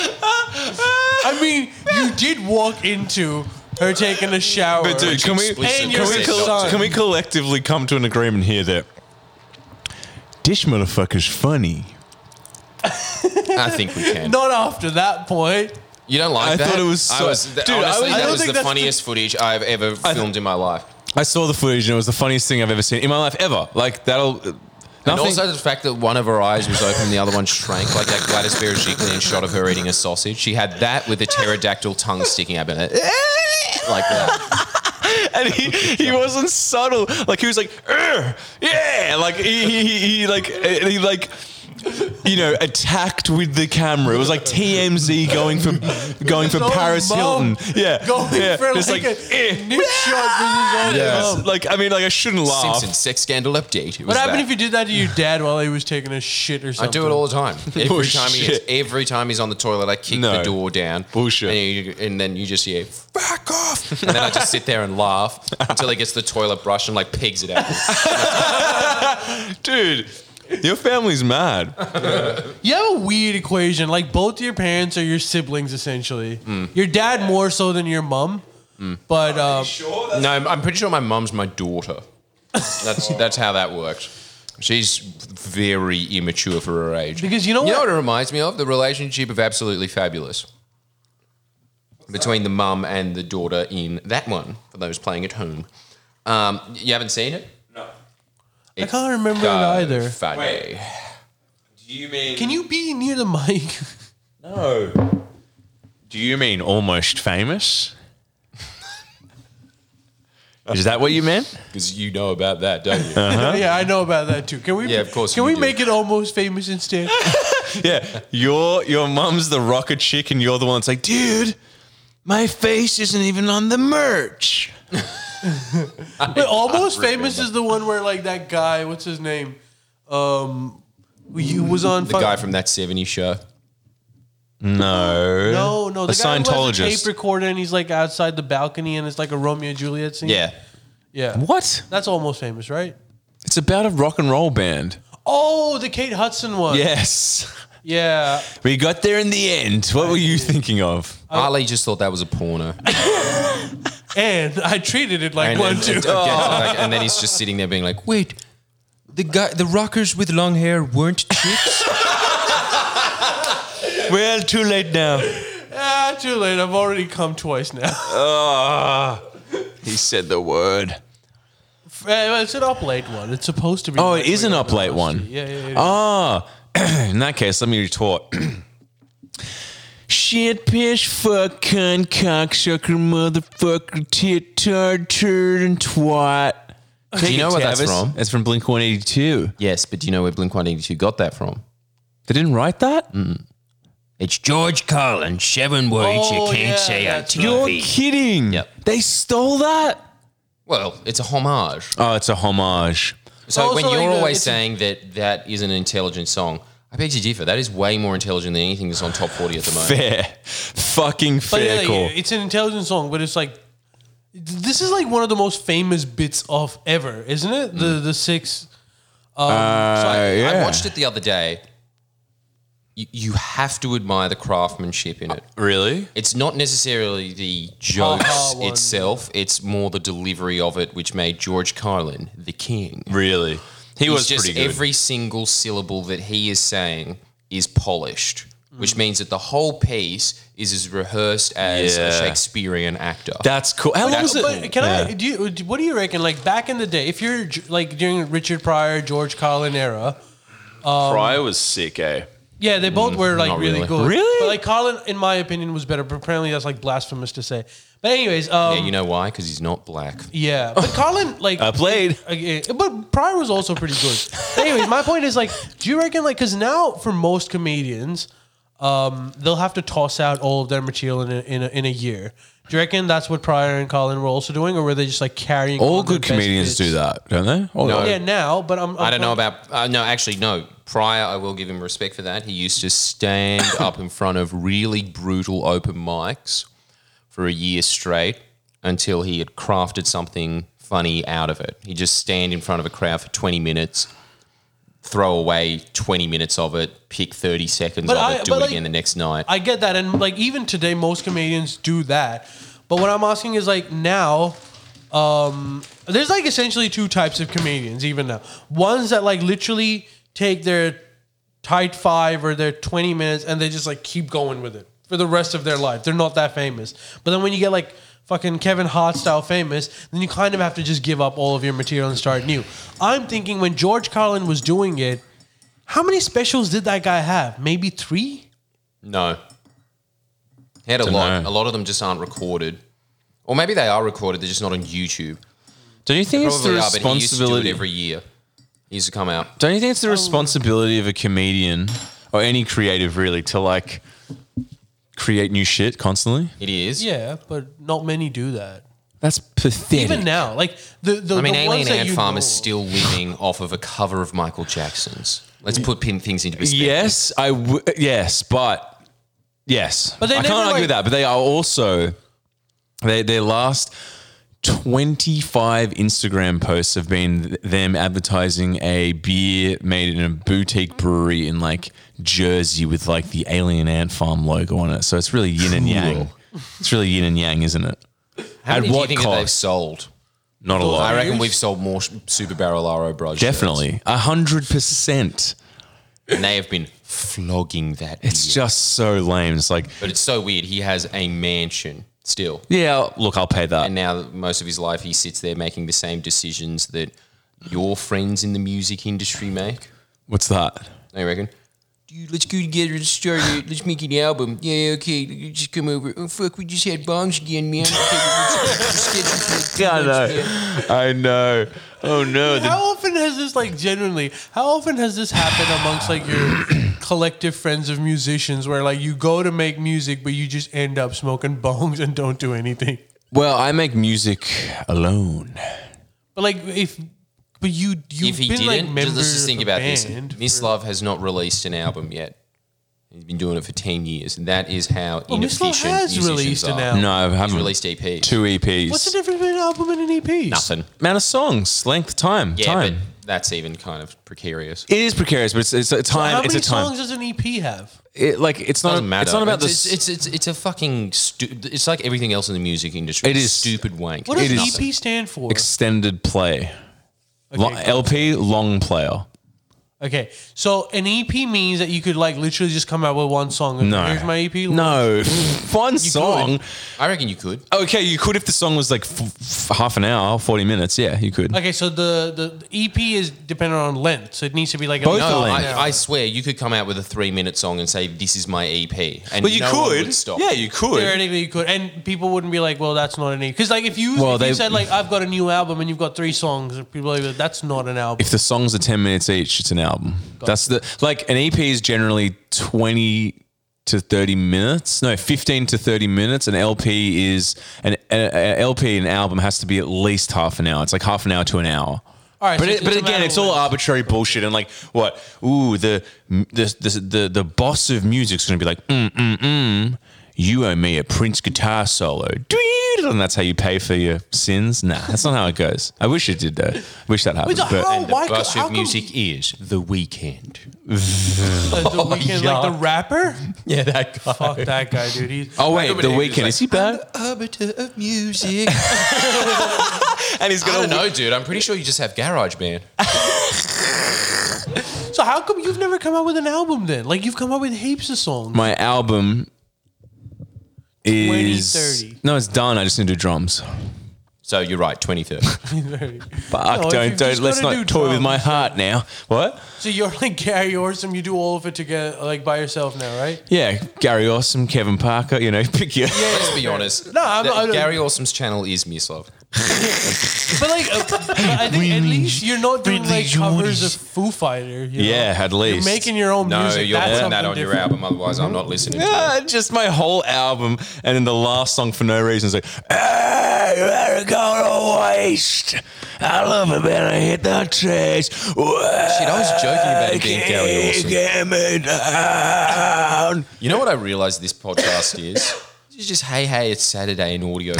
[SPEAKER 1] I mean, you did walk into her taking a shower.
[SPEAKER 2] But dude, can we,
[SPEAKER 3] explicit
[SPEAKER 2] can,
[SPEAKER 1] and
[SPEAKER 2] we
[SPEAKER 1] your
[SPEAKER 2] col-
[SPEAKER 1] son.
[SPEAKER 2] can we collectively come to an agreement here that dish motherfucker's funny?
[SPEAKER 3] "I think we can."
[SPEAKER 1] Not after that point.
[SPEAKER 3] You don't like
[SPEAKER 2] I
[SPEAKER 3] that?
[SPEAKER 2] thought it was
[SPEAKER 3] I
[SPEAKER 2] so-
[SPEAKER 3] was, th-
[SPEAKER 2] Dude, I was-
[SPEAKER 3] honestly,
[SPEAKER 2] I
[SPEAKER 3] that
[SPEAKER 1] don't
[SPEAKER 3] was
[SPEAKER 1] think
[SPEAKER 3] the
[SPEAKER 1] that's the-
[SPEAKER 3] funniest footage I've ever filmed in my life.
[SPEAKER 2] I saw the footage and it was the funniest thing I've ever seen in my life ever. Like that'll.
[SPEAKER 3] And
[SPEAKER 2] Nothing,
[SPEAKER 3] also the fact that one of her eyes was open, the other one shrank, like that Gladys Berejiklian shot of her eating a sausage. She had that with a pterodactyl tongue sticking out of it, like uh, that.
[SPEAKER 2] and he, he wasn't subtle. Like he was like, "Urgh, yeah, like he, he, he, he like uh, he like. You know, attacked with the camera. It was like TMZ going for going for
[SPEAKER 1] His own
[SPEAKER 2] Paris
[SPEAKER 1] mom
[SPEAKER 2] Hilton. Yeah,
[SPEAKER 1] Going
[SPEAKER 2] yeah.
[SPEAKER 1] for
[SPEAKER 2] It's
[SPEAKER 1] like, a
[SPEAKER 2] "Eh."
[SPEAKER 1] nip shot with his own
[SPEAKER 3] Yeah.
[SPEAKER 1] mom.
[SPEAKER 2] like I mean, like I shouldn't laugh.
[SPEAKER 3] Simpson sex scandal update. It was
[SPEAKER 1] What happened
[SPEAKER 3] that.
[SPEAKER 1] if you did that to your dad while he was taking a shit or
[SPEAKER 3] I
[SPEAKER 1] something?
[SPEAKER 3] do it all the time. Every
[SPEAKER 2] Oh,
[SPEAKER 3] time he
[SPEAKER 2] shit.
[SPEAKER 3] every time he's on the toilet, I kick
[SPEAKER 2] No.
[SPEAKER 3] the door down.
[SPEAKER 2] Bullshit.
[SPEAKER 3] And, you, and then you just hear "fuck off," and then I just sit there and laugh until he gets the toilet brush and like pigs it out.
[SPEAKER 2] dude. Your family's mad.
[SPEAKER 1] You have a weird equation. Like both your parents are your siblings essentially.
[SPEAKER 3] Mm.
[SPEAKER 1] Your dad more so than your mum. But um,
[SPEAKER 3] No, I'm, I'm pretty sure my mum's my daughter. That's that's how that works. She's very immature for her age.
[SPEAKER 1] Because you know
[SPEAKER 3] you know
[SPEAKER 1] what-
[SPEAKER 3] what it reminds me of the relationship of absolutely fabulous between the mum and the daughter in that one. For those playing at home, um, you haven't seen it.
[SPEAKER 1] I can't remember it either.
[SPEAKER 3] Funny.
[SPEAKER 2] Wait. Do you mean?
[SPEAKER 1] Can you be near the mic?
[SPEAKER 2] No. Do you mean almost famous? Is that what you meant?
[SPEAKER 3] because you know about that, don't you?
[SPEAKER 1] yeah, I know about that too. Can we?
[SPEAKER 3] Uh-huh. Yeah, of course
[SPEAKER 1] Can
[SPEAKER 3] you
[SPEAKER 1] we
[SPEAKER 3] do.
[SPEAKER 1] make it almost famous instead?
[SPEAKER 2] Yeah, your your mum's the rocket chick, and you're the one that's like, dude, my face isn't even on the merch.
[SPEAKER 1] Wait, almost famous is the one where like that guy. What's his name? Um, he was on
[SPEAKER 3] the guy from that '70s show.
[SPEAKER 2] No,
[SPEAKER 1] No, no, the
[SPEAKER 2] a
[SPEAKER 1] guy Who has a
[SPEAKER 2] Scientologist.
[SPEAKER 1] tape recorder and he's like outside the balcony and it's like a Romeo and Juliet scene.
[SPEAKER 3] Yeah,
[SPEAKER 1] yeah.
[SPEAKER 2] what?
[SPEAKER 1] That's almost famous, right?
[SPEAKER 2] It's about a rock and roll band.
[SPEAKER 1] Oh, the Kate Hudson one.
[SPEAKER 2] Yes,
[SPEAKER 1] yeah.
[SPEAKER 2] we got there in the end. What were you thinking of?
[SPEAKER 3] Ali just thought that was a porno,
[SPEAKER 1] And I treated it like
[SPEAKER 3] and,
[SPEAKER 1] one
[SPEAKER 3] and-
[SPEAKER 1] too.
[SPEAKER 3] and- like, and then he's just sitting there being like, "Wait,
[SPEAKER 5] The guy, the rockers with long hair weren't chicks.
[SPEAKER 2] Well, too late now.
[SPEAKER 1] ah, Eh, too late. I've already come twice now.
[SPEAKER 2] He said Ah, the word.
[SPEAKER 1] Uh, it's an up late one. It's supposed to be.
[SPEAKER 2] Oh, it is an up late one.
[SPEAKER 1] Yeah, yeah, yeah.
[SPEAKER 2] Ah, in that case, let me retort. Shit, pish, fuck, cunt, cocksucker, motherfucker, tit, tart, turd, and twat. Do
[SPEAKER 3] you know where that's from?
[SPEAKER 2] That's from Blink 182.
[SPEAKER 3] Yes, but do you know where Blink 182 got that from?
[SPEAKER 2] They didn't write that?
[SPEAKER 6] It's George Carlin, seven words
[SPEAKER 1] Oh,
[SPEAKER 6] you can't
[SPEAKER 1] yeah,
[SPEAKER 6] say on
[SPEAKER 1] that's
[SPEAKER 6] TV.
[SPEAKER 2] Kidding.
[SPEAKER 3] Yep.
[SPEAKER 2] They stole that?
[SPEAKER 3] Well, it's a homage.
[SPEAKER 2] Oh, it's a homage.
[SPEAKER 3] So
[SPEAKER 1] Also,
[SPEAKER 3] when you're
[SPEAKER 1] you know,
[SPEAKER 3] always
[SPEAKER 1] it's-
[SPEAKER 3] saying that that is an intelligent song, I beg to differ. That is way more intelligent than anything that's on top 40 at the moment.
[SPEAKER 2] Fair. Fucking
[SPEAKER 1] But yeah,
[SPEAKER 2] fair
[SPEAKER 1] like,
[SPEAKER 2] call.
[SPEAKER 1] it's an intelligent song, but it's like this is like one of the most famous bits of ever, isn't it?
[SPEAKER 2] Mm.
[SPEAKER 1] The the six.
[SPEAKER 3] So I, I
[SPEAKER 2] Oh, Uh, yeah.
[SPEAKER 3] watched it the other day. You, you have to admire the craftsmanship in it.
[SPEAKER 2] Really?
[SPEAKER 3] It's not necessarily the
[SPEAKER 1] Ha-ha
[SPEAKER 3] jokes
[SPEAKER 1] one.
[SPEAKER 3] itself, it's more the delivery of it, which made George Carlin the king.
[SPEAKER 2] Really. He was
[SPEAKER 3] It's just
[SPEAKER 2] pretty good.
[SPEAKER 3] every single syllable that he is saying is polished, which means that the whole piece is as rehearsed as
[SPEAKER 2] Yeah.
[SPEAKER 3] a Shakespearean actor.
[SPEAKER 2] that's cool. How long was it?
[SPEAKER 1] But can I? Do you? What do you reckon? Like back in the day, if you're like during Richard Pryor, George Carlin era,
[SPEAKER 2] Pryor
[SPEAKER 3] Um,
[SPEAKER 2] was sick, eh?
[SPEAKER 1] yeah, they both were like
[SPEAKER 3] not
[SPEAKER 1] really,
[SPEAKER 3] really.
[SPEAKER 1] good.
[SPEAKER 2] Really?
[SPEAKER 1] But like Carlin, in my opinion, was better. But apparently, that's like blasphemous to say. But anyways, um,
[SPEAKER 3] yeah, you know why? Because he's not black.
[SPEAKER 1] Yeah, but Colin like
[SPEAKER 2] I played.
[SPEAKER 1] Okay, but Pryor was also pretty good. Anyways, my point is like, do you reckon like because now for most comedians, um, they'll have to toss out all of their material in a, in a, in a year. Do you reckon that's what Pryor and Colin were also doing, or were they just like carrying
[SPEAKER 2] All
[SPEAKER 1] on their
[SPEAKER 2] good
[SPEAKER 1] best
[SPEAKER 2] comedians
[SPEAKER 1] bits?
[SPEAKER 2] do that, don't they? All
[SPEAKER 3] No.
[SPEAKER 1] Yeah, now, but I'm, I'm
[SPEAKER 3] I don't know about. Uh, no, actually, no. Pryor, I will give him respect for that. He used to stand up in front of really brutal open mics for a year straight until he had crafted something funny out of it. He'd just stand in front of a crowd for 20 minutes, throw away 20 minutes of it, pick 30 seconds
[SPEAKER 1] But
[SPEAKER 3] of
[SPEAKER 1] I-
[SPEAKER 3] it, do
[SPEAKER 1] but
[SPEAKER 3] it
[SPEAKER 1] like-
[SPEAKER 3] again the next night.
[SPEAKER 1] I get that, and like even today, most comedians do that. But what I'm asking is like now, um, there's like essentially two types of comedians even now. Ones that like literally take their tight five or their 20 minutes and they just like keep going with it for the rest of their life. They're not that famous. But then when you get like fucking Kevin Hart style famous, then you kind of have to just give up all of your material and start new. I'm thinking when George Carlin was doing it, how many specials did that guy have? Maybe three?
[SPEAKER 3] No. He had a lot. A lot of them just aren't recorded. Or maybe they are recorded, they're just not on YouTube.
[SPEAKER 2] Don't you think it's the
[SPEAKER 3] Probably are, but he used to do it
[SPEAKER 2] responsibility?
[SPEAKER 3] every Oh. year. He used to come out.
[SPEAKER 2] Don't you think it's the responsibility of a comedian or any creative really to like create new shit constantly?
[SPEAKER 3] It is.
[SPEAKER 1] Yeah, but not many do that.
[SPEAKER 2] That's pathetic.
[SPEAKER 1] Even now, like the the
[SPEAKER 3] I mean,
[SPEAKER 1] the
[SPEAKER 3] Alien
[SPEAKER 1] ones that
[SPEAKER 3] Ant
[SPEAKER 1] you
[SPEAKER 3] Farm
[SPEAKER 1] know-
[SPEAKER 3] is still living off of a cover of Michael Jackson's. Let's put pin things into perspective.
[SPEAKER 2] yes, I w- yes, but yes,
[SPEAKER 1] But they
[SPEAKER 2] I can't
[SPEAKER 1] never,
[SPEAKER 2] argue
[SPEAKER 1] like-
[SPEAKER 2] with that. But they are also they their last twenty five Instagram posts have been th- them advertising a beer made in a boutique brewery in like Jersey with like the Alien Ant Farm logo on it. So it's really yin and yang. It's really yin and yang, isn't it?
[SPEAKER 3] How
[SPEAKER 2] At
[SPEAKER 3] many do you
[SPEAKER 2] what
[SPEAKER 3] think that they've
[SPEAKER 2] cost?
[SPEAKER 3] sold?
[SPEAKER 2] Not a lot.
[SPEAKER 3] I reckon we've sold more sh- Super Barrel RO Bros.
[SPEAKER 2] Definitely, a hundred percent.
[SPEAKER 3] And they have been flogging that.
[SPEAKER 2] It's just so lame. It's like,
[SPEAKER 3] but it's so weird. He has a mansion still.
[SPEAKER 2] yeah, look, I'll pay that.
[SPEAKER 3] And now most of his life he sits there making the same decisions that your friends in the music industry make.
[SPEAKER 2] What's that?
[SPEAKER 3] I reckon. Dude, let's go together and start it. Let's make an album. Yeah, okay. you Just come over. Oh, fuck. We just had bongs again, man.
[SPEAKER 2] I know. I know. Oh no. The,
[SPEAKER 1] How often has this like genuinely? How often has this happened amongst like your collective friends of musicians, where like you go to make music, but you just end up smoking bongs and don't do anything?
[SPEAKER 2] well, I make music alone.
[SPEAKER 1] But like if, but you you've
[SPEAKER 3] if he
[SPEAKER 1] been like
[SPEAKER 3] didn't,
[SPEAKER 1] member
[SPEAKER 3] just, let's just think
[SPEAKER 1] of
[SPEAKER 3] about
[SPEAKER 1] a
[SPEAKER 3] this.
[SPEAKER 1] band
[SPEAKER 3] Miss
[SPEAKER 1] for-
[SPEAKER 3] Love has not released an album yet. He's been doing it for 10 years. And that is how
[SPEAKER 1] Well, Miss Love
[SPEAKER 3] inefficient
[SPEAKER 1] has
[SPEAKER 3] musicians
[SPEAKER 1] released an
[SPEAKER 3] are.
[SPEAKER 1] album.
[SPEAKER 2] No, I
[SPEAKER 3] He's
[SPEAKER 2] haven't.
[SPEAKER 3] Oh. released EPs.
[SPEAKER 2] two E EPs.
[SPEAKER 1] What's the difference between an album and an E EP?
[SPEAKER 3] Nothing.
[SPEAKER 2] Amount of songs, length, time,
[SPEAKER 3] Yeah,
[SPEAKER 2] time.
[SPEAKER 3] but that's even kind of precarious.
[SPEAKER 2] It is precarious, but it's, it's a
[SPEAKER 1] How
[SPEAKER 2] time.
[SPEAKER 1] many
[SPEAKER 2] It's a
[SPEAKER 1] songs
[SPEAKER 2] time.
[SPEAKER 1] does an EP have?
[SPEAKER 2] It, like it's not.
[SPEAKER 3] Doesn't matter.
[SPEAKER 2] It's not about the.
[SPEAKER 3] it's, It's, it's, it's, a fucking. Stu- it's like everything else in the music industry.
[SPEAKER 2] It
[SPEAKER 3] It's
[SPEAKER 2] is-
[SPEAKER 3] stupid wank.
[SPEAKER 1] What does
[SPEAKER 2] It
[SPEAKER 1] an
[SPEAKER 2] is-
[SPEAKER 1] EP stand for?
[SPEAKER 2] extended play. Lo- LP long player.
[SPEAKER 1] Okay, so an EP means that you could like literally just come out with one song. and
[SPEAKER 2] No.
[SPEAKER 1] here's my E EP.
[SPEAKER 2] No, one song.
[SPEAKER 3] I reckon you could.
[SPEAKER 2] Okay, you could if the song was like f- f- half an hour, forty minutes. Yeah, you could.
[SPEAKER 1] Okay, so the, the the EP is dependent on length, so it needs to be like
[SPEAKER 2] Both
[SPEAKER 1] a,
[SPEAKER 2] are
[SPEAKER 3] No,
[SPEAKER 2] length.
[SPEAKER 3] I, I swear you could come out with a three-minute song and say this is my EP, and
[SPEAKER 2] But you
[SPEAKER 3] no one
[SPEAKER 2] could.
[SPEAKER 3] would stop.
[SPEAKER 2] Yeah, you could.
[SPEAKER 1] Theoretically, you could, and people wouldn't be like, "Well, that's not an EP." Because like if you,
[SPEAKER 2] Well,
[SPEAKER 1] if you
[SPEAKER 2] they-
[SPEAKER 1] said like, "I've got a new album" and you've got three songs, people are like, "That's not an album."
[SPEAKER 2] if the songs are 10 minutes each, it's an album. That's the like an EP is generally 20 to 30 minutes. No, 15 to 30 minutes. An LP is an a, a LP an album has to be at least half an hour. It's like half an hour to an hour.
[SPEAKER 1] All right,
[SPEAKER 2] but
[SPEAKER 1] so
[SPEAKER 2] it,
[SPEAKER 1] it's
[SPEAKER 2] but
[SPEAKER 1] just a
[SPEAKER 2] again,
[SPEAKER 1] matter
[SPEAKER 2] it's
[SPEAKER 1] of
[SPEAKER 2] all
[SPEAKER 1] when.
[SPEAKER 2] arbitrary bullshit and like what? Ooh, the the the the, the boss of music's going to be like, mm mm mm, you owe me a Prince guitar solo, Dweet, and that's how you pay for your sins. Nah, that's not how it goes. I wish it did though. wish that happened.
[SPEAKER 1] so
[SPEAKER 2] but-
[SPEAKER 1] how-
[SPEAKER 3] And the
[SPEAKER 1] Why
[SPEAKER 3] Why
[SPEAKER 1] could-
[SPEAKER 3] bus
[SPEAKER 1] how
[SPEAKER 3] of
[SPEAKER 1] come-
[SPEAKER 3] music is the weekend.
[SPEAKER 1] Uh,
[SPEAKER 2] Oh,
[SPEAKER 1] the weekend, like the rapper.
[SPEAKER 3] Yeah, that guy.
[SPEAKER 1] Fuck that guy, dude. He's
[SPEAKER 2] Oh wait, the
[SPEAKER 3] Eminem is
[SPEAKER 2] weekend
[SPEAKER 3] like,
[SPEAKER 2] is he bad?
[SPEAKER 5] Arbiter of music.
[SPEAKER 2] And he's
[SPEAKER 3] I don't
[SPEAKER 1] Oh,
[SPEAKER 3] know, dude. I'm pretty sure you just have Garage Band.
[SPEAKER 1] So how come you've never come out with an album then? Like you've come out with heaps of songs.
[SPEAKER 2] my album is
[SPEAKER 1] 2030.
[SPEAKER 2] no, it's done. I just need to do drums.
[SPEAKER 3] So you're right, 23rd.
[SPEAKER 2] Fuck,
[SPEAKER 1] No, Oh, if you've just
[SPEAKER 2] don't don't let's
[SPEAKER 1] gotta
[SPEAKER 2] not
[SPEAKER 1] do
[SPEAKER 2] toy with my heart now. What?
[SPEAKER 1] so you're like Gary Orson. You do all of it together, like by yourself now, right?
[SPEAKER 2] Yeah, Gary Awesome, Kevin Parker. You know, pick your.
[SPEAKER 3] Let's be honest.
[SPEAKER 1] No, I'm
[SPEAKER 3] That-
[SPEAKER 1] not- I don't-
[SPEAKER 3] Gary Awesome's channel is Mislav.
[SPEAKER 1] But like, uh, but I think at least you're not doing like covers of Foo Fighter. you know?
[SPEAKER 2] Yeah, at least.
[SPEAKER 1] You're making your own
[SPEAKER 3] No,
[SPEAKER 1] music.
[SPEAKER 3] you're
[SPEAKER 1] That's
[SPEAKER 3] putting that
[SPEAKER 1] something
[SPEAKER 3] on your
[SPEAKER 1] different.
[SPEAKER 3] album. Otherwise, I'm not listening. to it.
[SPEAKER 2] Ah, just my whole album, and then the last song for no reason is like, "Hey, we're gonna waste. I love it when I hit the trace. Shit, I
[SPEAKER 3] was joking about it being Gary Orson.
[SPEAKER 2] Get me down.
[SPEAKER 3] You know what I realized this podcast is? It's just hey, hey, it's Saturday in audio.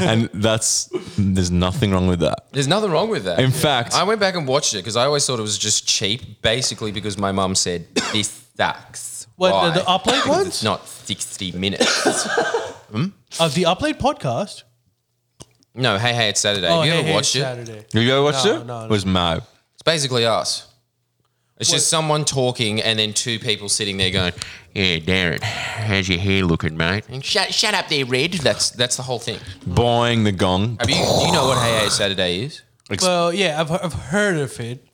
[SPEAKER 2] and that's there's nothing wrong with that.
[SPEAKER 3] There's nothing wrong with that.
[SPEAKER 2] In fact-
[SPEAKER 3] I went back and watched it because I always thought it was just cheap, basically because my mum said this sucks.
[SPEAKER 1] What, the-
[SPEAKER 3] Why?
[SPEAKER 1] the uplate
[SPEAKER 3] Because
[SPEAKER 1] ones?
[SPEAKER 3] It's not 60 minutes.
[SPEAKER 1] Of the Uplate podcast. Oh,
[SPEAKER 3] no, hey, hey, it's Saturday. you ever
[SPEAKER 1] Hey Hey,
[SPEAKER 3] watched it?
[SPEAKER 1] Saturday.
[SPEAKER 2] Have you ever watched
[SPEAKER 1] No,
[SPEAKER 2] it?
[SPEAKER 1] no, no.
[SPEAKER 2] It was mad.
[SPEAKER 3] It's basically us. It's just someone talking and then two people sitting there going,
[SPEAKER 6] Yeah, Darren, how's your hair looking, mate? Shut, shut up there, Red.
[SPEAKER 3] "That's that's the whole thing."
[SPEAKER 2] Boing the gong.
[SPEAKER 3] Have you, do you know what Hey Hey Saturday is?
[SPEAKER 1] Well, yeah, I've, I've heard of it.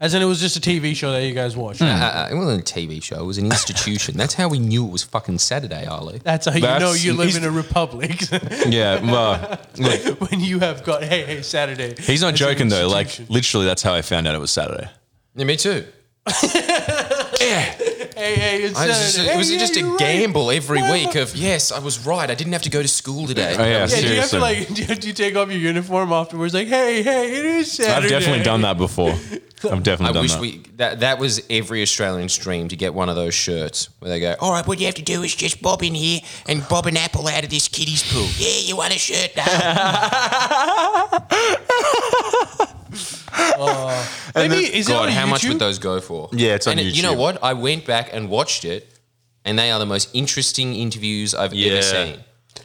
[SPEAKER 1] As in, it was just a TV show that you guys watched.
[SPEAKER 3] Uh, uh, it wasn't a TV show. It was an institution. that's how we knew it was fucking Saturday, Ali.
[SPEAKER 1] That's how you
[SPEAKER 2] That's-
[SPEAKER 1] know you live
[SPEAKER 2] he's-
[SPEAKER 1] in a republic
[SPEAKER 2] Yeah, well, look,
[SPEAKER 1] when you have got Hey Hey Saturday.
[SPEAKER 2] he's not
[SPEAKER 1] as an
[SPEAKER 2] joking though. Like
[SPEAKER 1] institution.
[SPEAKER 2] literally, that's how I found out it was Saturday.
[SPEAKER 3] Yeah, me too.
[SPEAKER 1] Hey Hey, it's Saturday.
[SPEAKER 3] I was just,
[SPEAKER 1] Hey,
[SPEAKER 3] it was
[SPEAKER 1] yeah,
[SPEAKER 3] just a
[SPEAKER 1] you're right.
[SPEAKER 3] gamble every
[SPEAKER 1] Why
[SPEAKER 3] week
[SPEAKER 1] am
[SPEAKER 3] of yes, I was right. I didn't have to go to school today.
[SPEAKER 2] Oh, yeah,
[SPEAKER 1] Yeah, do you have to
[SPEAKER 2] seriously.
[SPEAKER 1] like? Do you, do you take off your uniform afterwards? Like, hey, hey, it is Saturday.
[SPEAKER 2] I've definitely done that before. I've definitely
[SPEAKER 3] I
[SPEAKER 2] done
[SPEAKER 3] wish
[SPEAKER 2] that.
[SPEAKER 3] we that that was every Australian's dream to get one of those shirts where they go,
[SPEAKER 6] All right, what you have to do is just bob in here and bob an apple out of this kiddie's pool. Yeah, you want a shirt now?
[SPEAKER 1] Maybe is it
[SPEAKER 3] God,
[SPEAKER 1] on
[SPEAKER 3] how much
[SPEAKER 1] YouTube?
[SPEAKER 3] would those go for?
[SPEAKER 2] Yeah, it's on
[SPEAKER 3] and it- You know
[SPEAKER 2] YouTube.
[SPEAKER 3] what? I went back and watched it, and they are the most interesting interviews I've
[SPEAKER 2] Yeah.
[SPEAKER 3] ever seen.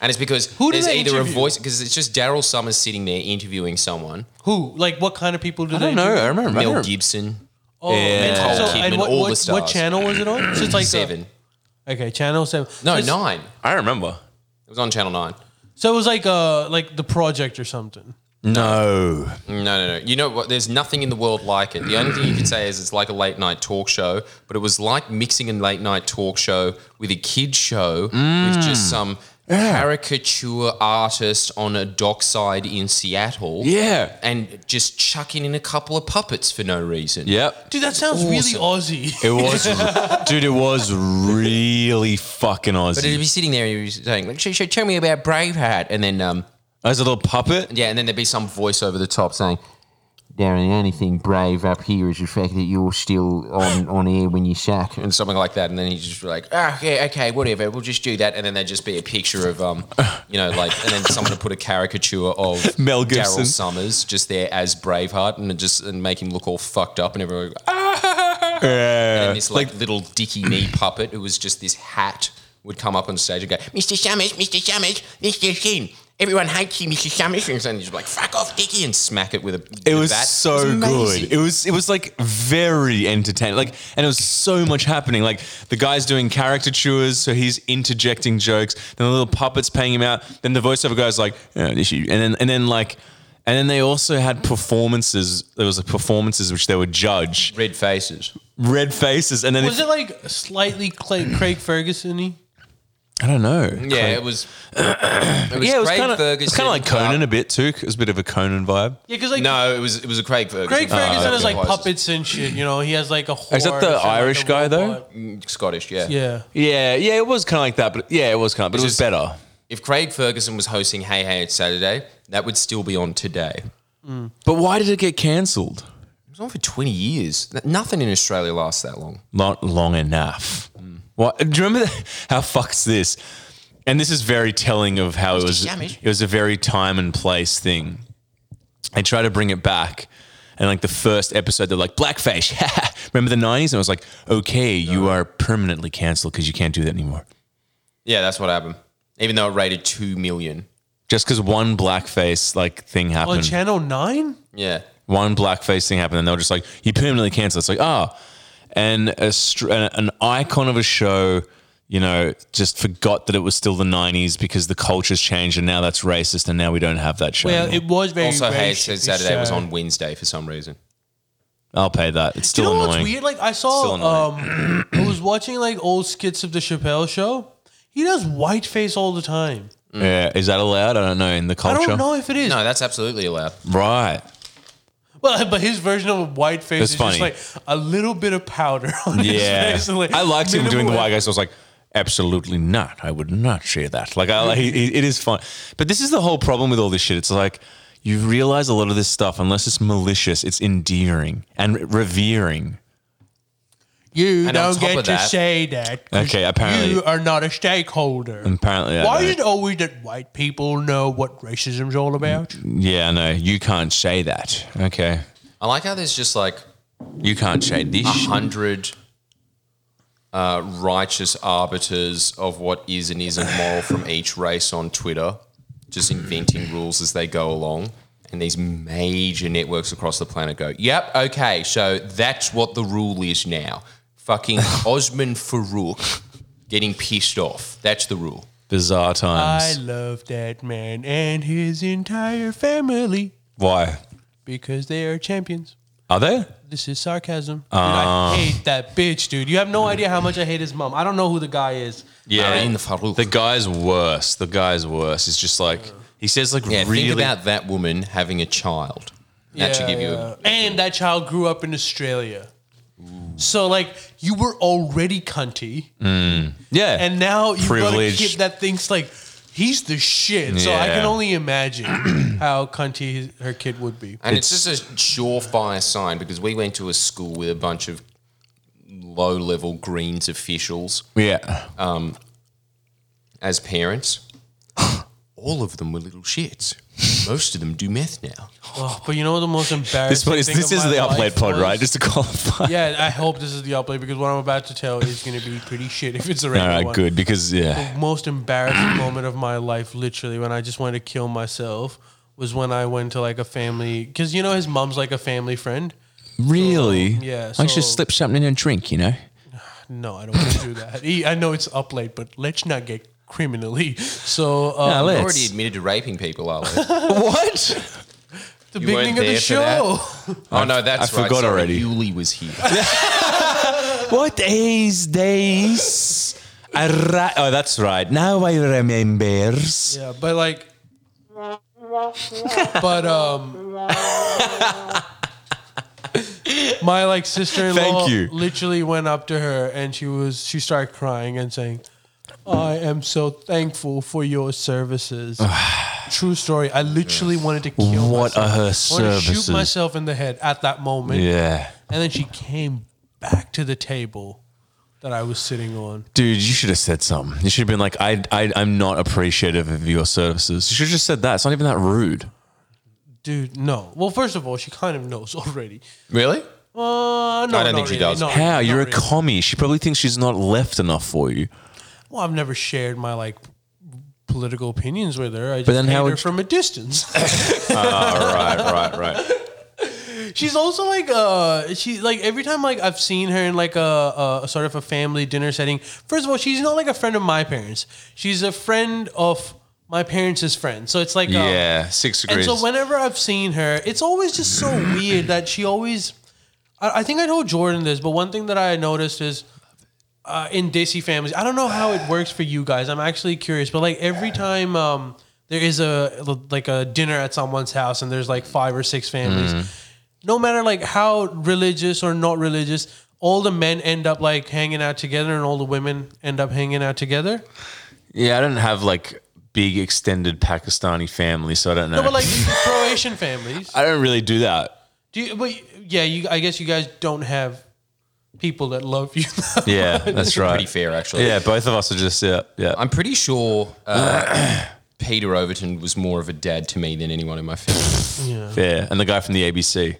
[SPEAKER 3] And it's because
[SPEAKER 1] Who do
[SPEAKER 3] there's
[SPEAKER 1] they
[SPEAKER 3] either
[SPEAKER 1] interview?
[SPEAKER 3] a voice because it's just Daryl Summers sitting there interviewing someone.
[SPEAKER 1] Who? Like, what kind of people do they? do?
[SPEAKER 2] I remember.
[SPEAKER 3] Mel Gibson,
[SPEAKER 1] Oh, and
[SPEAKER 3] Nicole
[SPEAKER 1] so-
[SPEAKER 3] Kidman,
[SPEAKER 1] and what,
[SPEAKER 3] all
[SPEAKER 1] what,
[SPEAKER 3] the stars.
[SPEAKER 1] what channel was it on? So it's like uh, the-
[SPEAKER 3] seven,
[SPEAKER 1] okay, channel seven.
[SPEAKER 3] no
[SPEAKER 1] so it's-
[SPEAKER 3] nine.
[SPEAKER 2] I remember.
[SPEAKER 3] It was on Channel Nine.
[SPEAKER 1] So it was like uh like the project or something.
[SPEAKER 2] No.
[SPEAKER 3] No, no, no. You know what? There's nothing in the world like it. The only thing you could say is it's like a late night talk show, but it was like mixing a late night talk show with a kid show with just some caricature artist on a dockside in Seattle.
[SPEAKER 2] Yeah.
[SPEAKER 3] And just chucking in a couple of puppets for no reason.
[SPEAKER 2] Yep.
[SPEAKER 1] Dude, that sounds really Aussie.
[SPEAKER 2] It was, dude. It was really fucking
[SPEAKER 3] But he'd
[SPEAKER 2] Aussie.
[SPEAKER 3] be sitting there and he'd be saying, like, so, so tell me about Braveheart. And then, um,
[SPEAKER 2] As a little puppet.
[SPEAKER 3] yeah, and then there'd be some voice over the top saying,
[SPEAKER 6] Darren, the only thing brave up here is the fact that you're still on, on air when you suck.
[SPEAKER 3] and something like that. And then he's just like, ah, yeah, okay, whatever, we'll just do that. And then there'd just be a picture of, um, you know, like, and then someone would put a caricature of
[SPEAKER 2] Mel Gibson.
[SPEAKER 3] Daryl Summers just there as Braveheart and it just and make him look all fucked up. And everyone, would go, ah,
[SPEAKER 2] Yeah.
[SPEAKER 3] and this like, little dicky knee puppet who was just this hat would come up on stage and go,
[SPEAKER 6] Mr. Summers, Mr. Summers, this is King.
[SPEAKER 3] Everyone hates you, Mr. Summers. And he's like, fuck off, Dickie, and smack it with a
[SPEAKER 2] It was
[SPEAKER 3] bat.
[SPEAKER 2] so good. It was it was like very entertaining. Like, and it was so much happening. Like the guy's doing caricatures, so he's interjecting jokes. Then the little puppets paying him out. Then the voiceover guy's like, yeah, this you," and then and then like, and then they also had performances. There was a performances which they would judge
[SPEAKER 3] Red faces.
[SPEAKER 2] red faces, and then
[SPEAKER 1] Was
[SPEAKER 2] if,
[SPEAKER 1] it like slightly Clay, Craig Ferguson y?
[SPEAKER 2] I don't know.
[SPEAKER 3] Yeah, it was. It was
[SPEAKER 2] Yeah, it was
[SPEAKER 3] Craig
[SPEAKER 2] kind of
[SPEAKER 3] Ferguson.
[SPEAKER 2] kind of like
[SPEAKER 3] but-
[SPEAKER 2] Conan a bit too. It was a bit of a Conan vibe.
[SPEAKER 1] Yeah, because like
[SPEAKER 3] No, it was it was a Craig Ferguson.
[SPEAKER 1] Craig Ferguson
[SPEAKER 3] Uh,
[SPEAKER 1] has like
[SPEAKER 3] voices.
[SPEAKER 1] puppets and shit. You know, he has like a. Whore
[SPEAKER 2] Is that the
[SPEAKER 1] and like
[SPEAKER 2] Irish
[SPEAKER 1] a
[SPEAKER 2] guy, though?
[SPEAKER 1] robot.
[SPEAKER 3] Scottish, yeah.
[SPEAKER 1] Yeah.
[SPEAKER 2] Yeah, yeah, it was kind of like that, but yeah, it was kind of, but it was
[SPEAKER 3] just-
[SPEAKER 2] better.
[SPEAKER 3] If Craig Ferguson was hosting Hey Hey It's Saturday, that would still be on today.
[SPEAKER 2] But why did it get cancelled?
[SPEAKER 3] It was on for 20 years. N- Nothing in Australia lasts that long.
[SPEAKER 2] not long enough. What? Do you remember that, how fucks this? And this is very telling of how it was.
[SPEAKER 6] Shamish.
[SPEAKER 2] It was a very time and place thing. They try to bring it back, and like the first episode, they're like blackface. remember the nineties? And I was like, okay, you are permanently cancelled because you can't do that anymore.
[SPEAKER 3] Yeah, that's what happened. Even though it rated 2 million.
[SPEAKER 2] Just because one blackface like thing
[SPEAKER 1] On
[SPEAKER 2] happened,
[SPEAKER 1] Channel Nine.
[SPEAKER 3] Yeah.
[SPEAKER 2] one blackface thing happened, and they were just like, you permanently cancelled. It's like, oh, and a, str- an an icon of a show, you know, just forgot that it was still the 90s because the culture's changed and now that's racist and now we don't have that show.
[SPEAKER 1] Well,
[SPEAKER 2] anymore.
[SPEAKER 1] it was very.
[SPEAKER 3] Also, Hey It's
[SPEAKER 1] racist, this
[SPEAKER 3] Saturday was
[SPEAKER 1] show.
[SPEAKER 3] on Wednesday for some reason.
[SPEAKER 2] I'll pay that. It's
[SPEAKER 1] Do
[SPEAKER 2] still
[SPEAKER 1] you know
[SPEAKER 2] annoying.
[SPEAKER 1] what's weird? Like I
[SPEAKER 2] Still
[SPEAKER 1] saw,
[SPEAKER 2] annoying.
[SPEAKER 1] um, I was watching like old skits of the Chappelle Show. He does whiteface all the time.
[SPEAKER 2] Yeah, is that allowed? I don't know in the
[SPEAKER 1] I
[SPEAKER 2] culture.
[SPEAKER 1] don't know if it is.
[SPEAKER 3] No, that's absolutely allowed.
[SPEAKER 2] Right.
[SPEAKER 1] Well, but his version of whiteface
[SPEAKER 2] It's
[SPEAKER 1] is
[SPEAKER 2] funny.
[SPEAKER 1] just like a little bit of powder on
[SPEAKER 2] Yeah.
[SPEAKER 1] his face. and, like,
[SPEAKER 2] I liked him doing the
[SPEAKER 1] minimal
[SPEAKER 2] white guys. I was like, absolutely not. I would not share that. Like, I, like, he- he- it is fun. But this is the whole problem with all this shit. It's like, you realize a lot of this stuff, unless it's malicious, it's endearing and revering.
[SPEAKER 1] You
[SPEAKER 3] And on
[SPEAKER 1] don't
[SPEAKER 3] top
[SPEAKER 1] get
[SPEAKER 3] of
[SPEAKER 1] to
[SPEAKER 3] that-
[SPEAKER 1] say that. 'cause
[SPEAKER 2] Okay, apparently- Mm,
[SPEAKER 1] you are not a stakeholder.
[SPEAKER 2] Apparently, I
[SPEAKER 1] Why
[SPEAKER 2] don't.
[SPEAKER 1] is it always that white people know what racism's all about?
[SPEAKER 2] Yeah, I know. You can't say that. Okay.
[SPEAKER 3] I like how there's just like
[SPEAKER 2] You can't say this.
[SPEAKER 3] a hundred uh, righteous arbiters of what is and isn't moral from each race on Twitter, just inventing rules as they go along. And these major networks across the planet go, yep, okay, so that's what the rule is now. Fucking Osman Farouk getting pissed off. That's the rule.
[SPEAKER 2] Bizarre
[SPEAKER 1] I
[SPEAKER 2] times.
[SPEAKER 1] love that man and his entire family
[SPEAKER 2] Why?
[SPEAKER 1] because they are champions.
[SPEAKER 2] Are they?
[SPEAKER 1] This is sarcasm. Dude,
[SPEAKER 2] Ah.
[SPEAKER 1] I hate that bitch, dude. You have no idea how much I hate his mom. I don't know who the guy is.
[SPEAKER 2] Yeah.
[SPEAKER 3] Marine Farouk.
[SPEAKER 2] The guy's worse. The guy's worse. It's just like, he says like
[SPEAKER 3] yeah,
[SPEAKER 2] really.
[SPEAKER 3] think about that woman having a child. That should give you a,
[SPEAKER 1] And that child grew up in Australia. So like you were already cunty,
[SPEAKER 2] yeah.
[SPEAKER 1] and now you got a
[SPEAKER 2] Mm. Privileged.
[SPEAKER 1] kid that thinks like he's the shit. So I
[SPEAKER 2] Yeah.
[SPEAKER 1] can only imagine how cunty his, her kid would be.
[SPEAKER 3] And it's, just a surefire sign because we went to a school with a bunch of low level Greens officials
[SPEAKER 2] yeah.
[SPEAKER 3] as parents. All of them were little shits. Most of them do meth now.
[SPEAKER 1] Oh, but you know what the most embarrassing
[SPEAKER 2] This one is
[SPEAKER 1] thing
[SPEAKER 2] this
[SPEAKER 1] of
[SPEAKER 2] is
[SPEAKER 1] my
[SPEAKER 2] the
[SPEAKER 1] life
[SPEAKER 2] upload pod,
[SPEAKER 1] was-
[SPEAKER 2] right? Just to qualify.
[SPEAKER 1] Yeah, I hope this is the upload because what I'm about to tell is going to be pretty shit if it's the
[SPEAKER 2] All
[SPEAKER 1] regular
[SPEAKER 2] right,
[SPEAKER 1] one.
[SPEAKER 2] good because yeah,
[SPEAKER 1] most embarrassing moment of my life, literally, when I just wanted to kill myself, was when I went to like a family because you know his mom's like a family friend.
[SPEAKER 2] really.
[SPEAKER 1] yeah,
[SPEAKER 2] I should
[SPEAKER 1] so-
[SPEAKER 2] slip something in a drink, you know.
[SPEAKER 1] No, I don't want to do that. He- I know it's up late, but let's not get criminally. So um,
[SPEAKER 2] Now
[SPEAKER 3] They
[SPEAKER 2] let's-
[SPEAKER 3] already admitted to raping people, are they?
[SPEAKER 2] what?
[SPEAKER 1] the
[SPEAKER 3] you
[SPEAKER 1] beginning
[SPEAKER 3] weren't
[SPEAKER 1] of the
[SPEAKER 3] there for that?
[SPEAKER 1] show.
[SPEAKER 3] oh no, that's
[SPEAKER 2] I
[SPEAKER 3] right.
[SPEAKER 2] forgot
[SPEAKER 3] Sorry,
[SPEAKER 2] already.
[SPEAKER 3] Yuli was here.
[SPEAKER 2] What is this? A ra- oh, that's right. Now I remembers.
[SPEAKER 1] Yeah, but like, but um, my like sister in law
[SPEAKER 2] Thank you.
[SPEAKER 1] literally went up to her and she was she started crying and saying, "I am so thankful for your services." True story. I literally wanted to kill.
[SPEAKER 2] What
[SPEAKER 1] myself.
[SPEAKER 2] are her
[SPEAKER 1] I wanted to
[SPEAKER 2] services?
[SPEAKER 1] shoot myself in the head at that moment.
[SPEAKER 2] Yeah,
[SPEAKER 1] And then she came back to the table that I was sitting on.
[SPEAKER 2] dude, you should have said something. You should have been like, I, I, I'm not appreciative of your services. You should have just said that. It's not even that rude.
[SPEAKER 1] Dude, no. Well, first of all, she kind of knows already.
[SPEAKER 3] really?
[SPEAKER 1] Uh, no,
[SPEAKER 3] I don't
[SPEAKER 1] not
[SPEAKER 3] think she
[SPEAKER 1] really,
[SPEAKER 3] does.
[SPEAKER 1] not
[SPEAKER 2] How?
[SPEAKER 1] really,
[SPEAKER 2] You're a
[SPEAKER 1] not really.
[SPEAKER 2] commie. She probably thinks she's not left enough for you.
[SPEAKER 1] well. I've never shared my like political opinions with her. I just
[SPEAKER 7] then
[SPEAKER 1] hate
[SPEAKER 7] how would
[SPEAKER 1] her
[SPEAKER 7] you-
[SPEAKER 1] from a distance.
[SPEAKER 2] right, right, right.
[SPEAKER 1] She's also like uh she like every time like I've seen her in like a, a sort of a family dinner setting. First of all, she's not like a friend of my parents. She's a friend of my parents' friend. So it's like um,
[SPEAKER 2] Yeah, six
[SPEAKER 1] and
[SPEAKER 2] degrees.
[SPEAKER 1] so whenever I've seen her, it's always just so weird that she always. I, I think I told Jordan this, but one thing that I noticed is uh, in Desi families, I don't know how it works for you guys. I'm actually curious, but like every time um, there is a like a dinner at someone's house, and there's like five or six families, no matter like how religious or not religious. All the men end up like hanging out together, and all the women end up hanging out together.
[SPEAKER 2] yeah, I don't have like big extended Pakistani family, so I don't know.
[SPEAKER 1] No, but like Croatian families.
[SPEAKER 2] I don't really do that.
[SPEAKER 1] Do you, but yeah, you, I guess you guys don't have people that love you.
[SPEAKER 2] Yeah, that's right.
[SPEAKER 3] Pretty fair, actually.
[SPEAKER 2] Yeah, both of us are just yeah, yeah.
[SPEAKER 3] I'm pretty sure uh, Peter Overton was more of a dad to me than anyone in my family.
[SPEAKER 2] Yeah, and the guy from the ABC.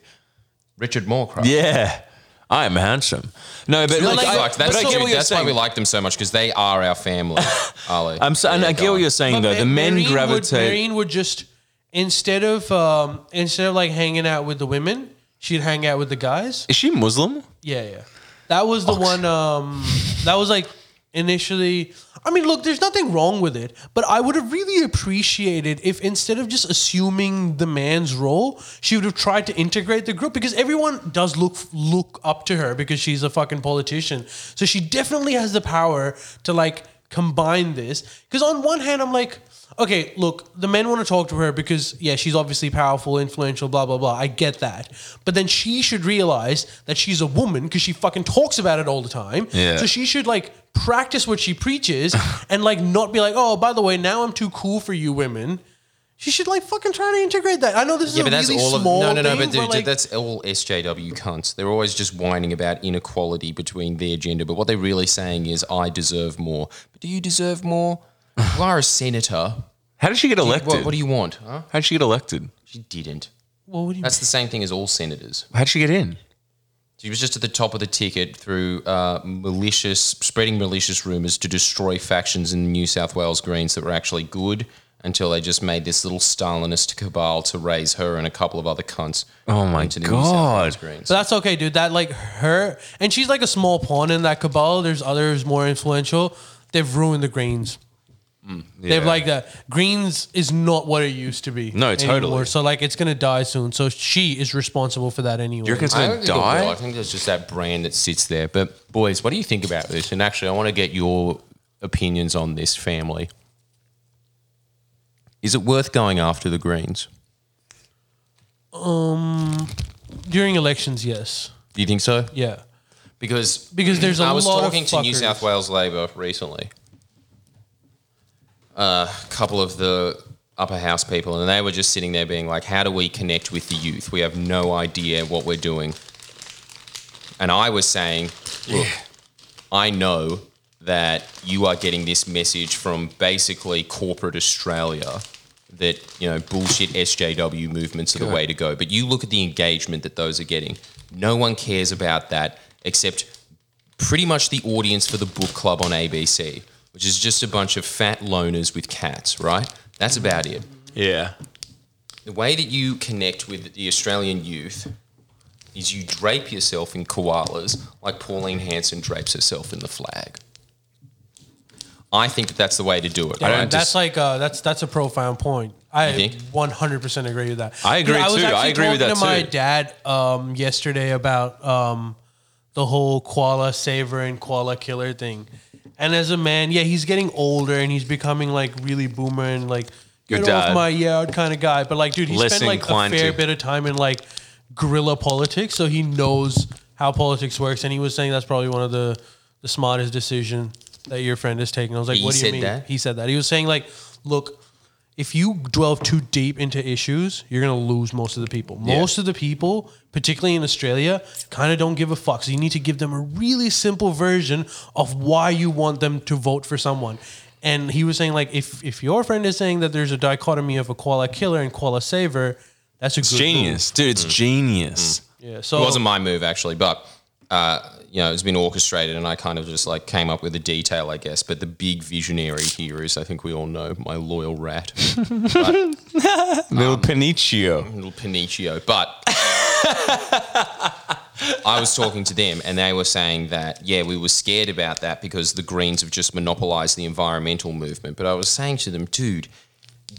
[SPEAKER 3] Richard Moorcroft.
[SPEAKER 2] Yeah, I am handsome. No, but
[SPEAKER 3] Really
[SPEAKER 2] like, I,
[SPEAKER 3] fucked. That's,
[SPEAKER 2] but I
[SPEAKER 3] the
[SPEAKER 2] get
[SPEAKER 3] dude.
[SPEAKER 2] what you're
[SPEAKER 3] That's why we
[SPEAKER 2] saying.
[SPEAKER 3] liked them so much because they are our family, Ali.
[SPEAKER 2] I'm so, and
[SPEAKER 3] Yeah,
[SPEAKER 2] I
[SPEAKER 3] go
[SPEAKER 2] get what
[SPEAKER 3] on.
[SPEAKER 2] you're saying though. The men
[SPEAKER 1] Marine
[SPEAKER 2] gravitate.
[SPEAKER 1] Would, Marine would just instead of um, instead of like hanging out with the women, she'd hang out with the guys.
[SPEAKER 2] Is she Muslim?
[SPEAKER 1] Yeah, yeah. That was the one. Um, that was like initially. I mean, look, there's nothing wrong with it, but I would have really appreciated if instead of just assuming the man's role, she would have tried to integrate the group because everyone does look look up to her because she's a fucking politician. So she definitely has the power to like combine this. Because on one hand, I'm like, okay, look, the men want to talk to her because, yeah, she's obviously powerful, influential, blah, blah, blah. I get that. But then she should realize that she's a woman because she fucking talks about it all the time.
[SPEAKER 2] Yeah.
[SPEAKER 1] So she should, like, practice what she preaches and, like, not be like, oh, by the way, now I'm too cool for you women. She should, like, fucking try to integrate that. I know this is
[SPEAKER 3] Yeah,
[SPEAKER 1] a
[SPEAKER 3] but that's
[SPEAKER 1] really
[SPEAKER 3] all of
[SPEAKER 1] small
[SPEAKER 3] no, no, no.
[SPEAKER 1] thing,
[SPEAKER 3] But, dude,
[SPEAKER 1] like,
[SPEAKER 3] that's all SJW cunts. They're always just whining about inequality between their gender. But what they're really saying is, I deserve more. But do you deserve more? You are a senator.
[SPEAKER 2] How did she get elected?
[SPEAKER 3] What, what do you want? Huh?
[SPEAKER 2] How did she get elected?
[SPEAKER 3] She didn't.
[SPEAKER 1] Well, what do you
[SPEAKER 3] That's the same thing as all senators.
[SPEAKER 2] How did she get in?
[SPEAKER 3] She was just at the top of the ticket through uh, malicious, spreading malicious rumours to destroy factions in New South Wales Greens that were actually good until they just made this little Stalinist cabal to raise her and a couple of other cunts oh
[SPEAKER 2] my
[SPEAKER 3] into the New South Wales
[SPEAKER 2] God.
[SPEAKER 3] Greens.
[SPEAKER 1] But that's okay, dude. That like her and she's like a small pawn in that cabal. There's others more influential. They've ruined the Greens.
[SPEAKER 2] Mm,
[SPEAKER 1] They've like that. Greens is not what it used to be.
[SPEAKER 2] No, totally.
[SPEAKER 1] So like it's gonna die soon. So she is responsible for that anyway.
[SPEAKER 2] reckon it's
[SPEAKER 3] I
[SPEAKER 2] gonna
[SPEAKER 3] don't think it will.
[SPEAKER 2] die?
[SPEAKER 3] I think there's just that brand that sits there. But boys, what do you think about this? And actually, I want to get your opinions on this family. Is it worth going after the Greens?
[SPEAKER 1] During elections, yes.
[SPEAKER 3] Do you think so?
[SPEAKER 1] Yeah.
[SPEAKER 3] Because
[SPEAKER 1] Because there's a
[SPEAKER 3] I was
[SPEAKER 1] lot
[SPEAKER 3] talking
[SPEAKER 1] of
[SPEAKER 3] to New
[SPEAKER 1] fuckers.
[SPEAKER 3] South Wales Labor recently. Uh, A couple of the upper house people, and they were just sitting there being like, "How do we connect with the youth? We have no idea what we're doing." And I was saying, "Look, I know that you are getting this message from basically corporate Australia." That you know, bullshit SJW movements are the way to go. But you look at the engagement that those are getting. No one cares about that except pretty much the audience for the book club on ABC, which is just a bunch of fat loners with cats, right? That's about it.
[SPEAKER 2] Yeah.
[SPEAKER 3] The way that you connect with the Australian youth is you drape yourself in koalas like Pauline Hanson drapes herself in the flag. I think that that's the way to do it.
[SPEAKER 1] Yeah,
[SPEAKER 3] right?
[SPEAKER 1] that's like uh, that's that's a profound point. I
[SPEAKER 3] think?
[SPEAKER 1] one hundred percent agree with that.
[SPEAKER 2] I agree
[SPEAKER 1] I was
[SPEAKER 2] too. I
[SPEAKER 1] actually
[SPEAKER 2] agree with
[SPEAKER 1] talking
[SPEAKER 2] that
[SPEAKER 1] to my
[SPEAKER 2] too.
[SPEAKER 1] dad um, yesterday about um, the whole koala saver and koala killer thing. And as a man, yeah, he's getting older and he's becoming like really boomer and like
[SPEAKER 2] Your
[SPEAKER 1] get off
[SPEAKER 2] dad.
[SPEAKER 1] my yard kind of guy. But like, dude, he
[SPEAKER 2] Less
[SPEAKER 1] spent like a
[SPEAKER 2] inclined
[SPEAKER 1] fair
[SPEAKER 2] to-
[SPEAKER 1] bit of time in like guerrilla politics, so he knows how politics works. And he was saying that's probably one of the the smartest decision that your friend is taking. I was like,
[SPEAKER 3] He
[SPEAKER 1] what do you
[SPEAKER 3] said
[SPEAKER 1] mean?
[SPEAKER 3] that?
[SPEAKER 1] He said that. He was saying like, look, if you delve too deep into issues, you're gonna lose most of the people. Most of the people, particularly in Australia, kind of don't give a fuck. So you need to give them a really simple version of why you want them to vote for someone. And he was saying like, if if your friend is saying that there's a dichotomy of a koala killer and koala saver, that's a good move.
[SPEAKER 2] Genius. Dude, it's genius.
[SPEAKER 1] Yeah. So
[SPEAKER 3] It wasn't my move actually, but uh, you know, it's been orchestrated, and I kind of just like came up with the detail, I guess. But the big visionary here is, I think we all know, my loyal rat, but,
[SPEAKER 2] Little Panicio.
[SPEAKER 3] little Panicio. But I was talking to them, and they were saying that yeah, we were scared about that because the Greens have just monopolised the environmental movement. But I was saying to them, dude,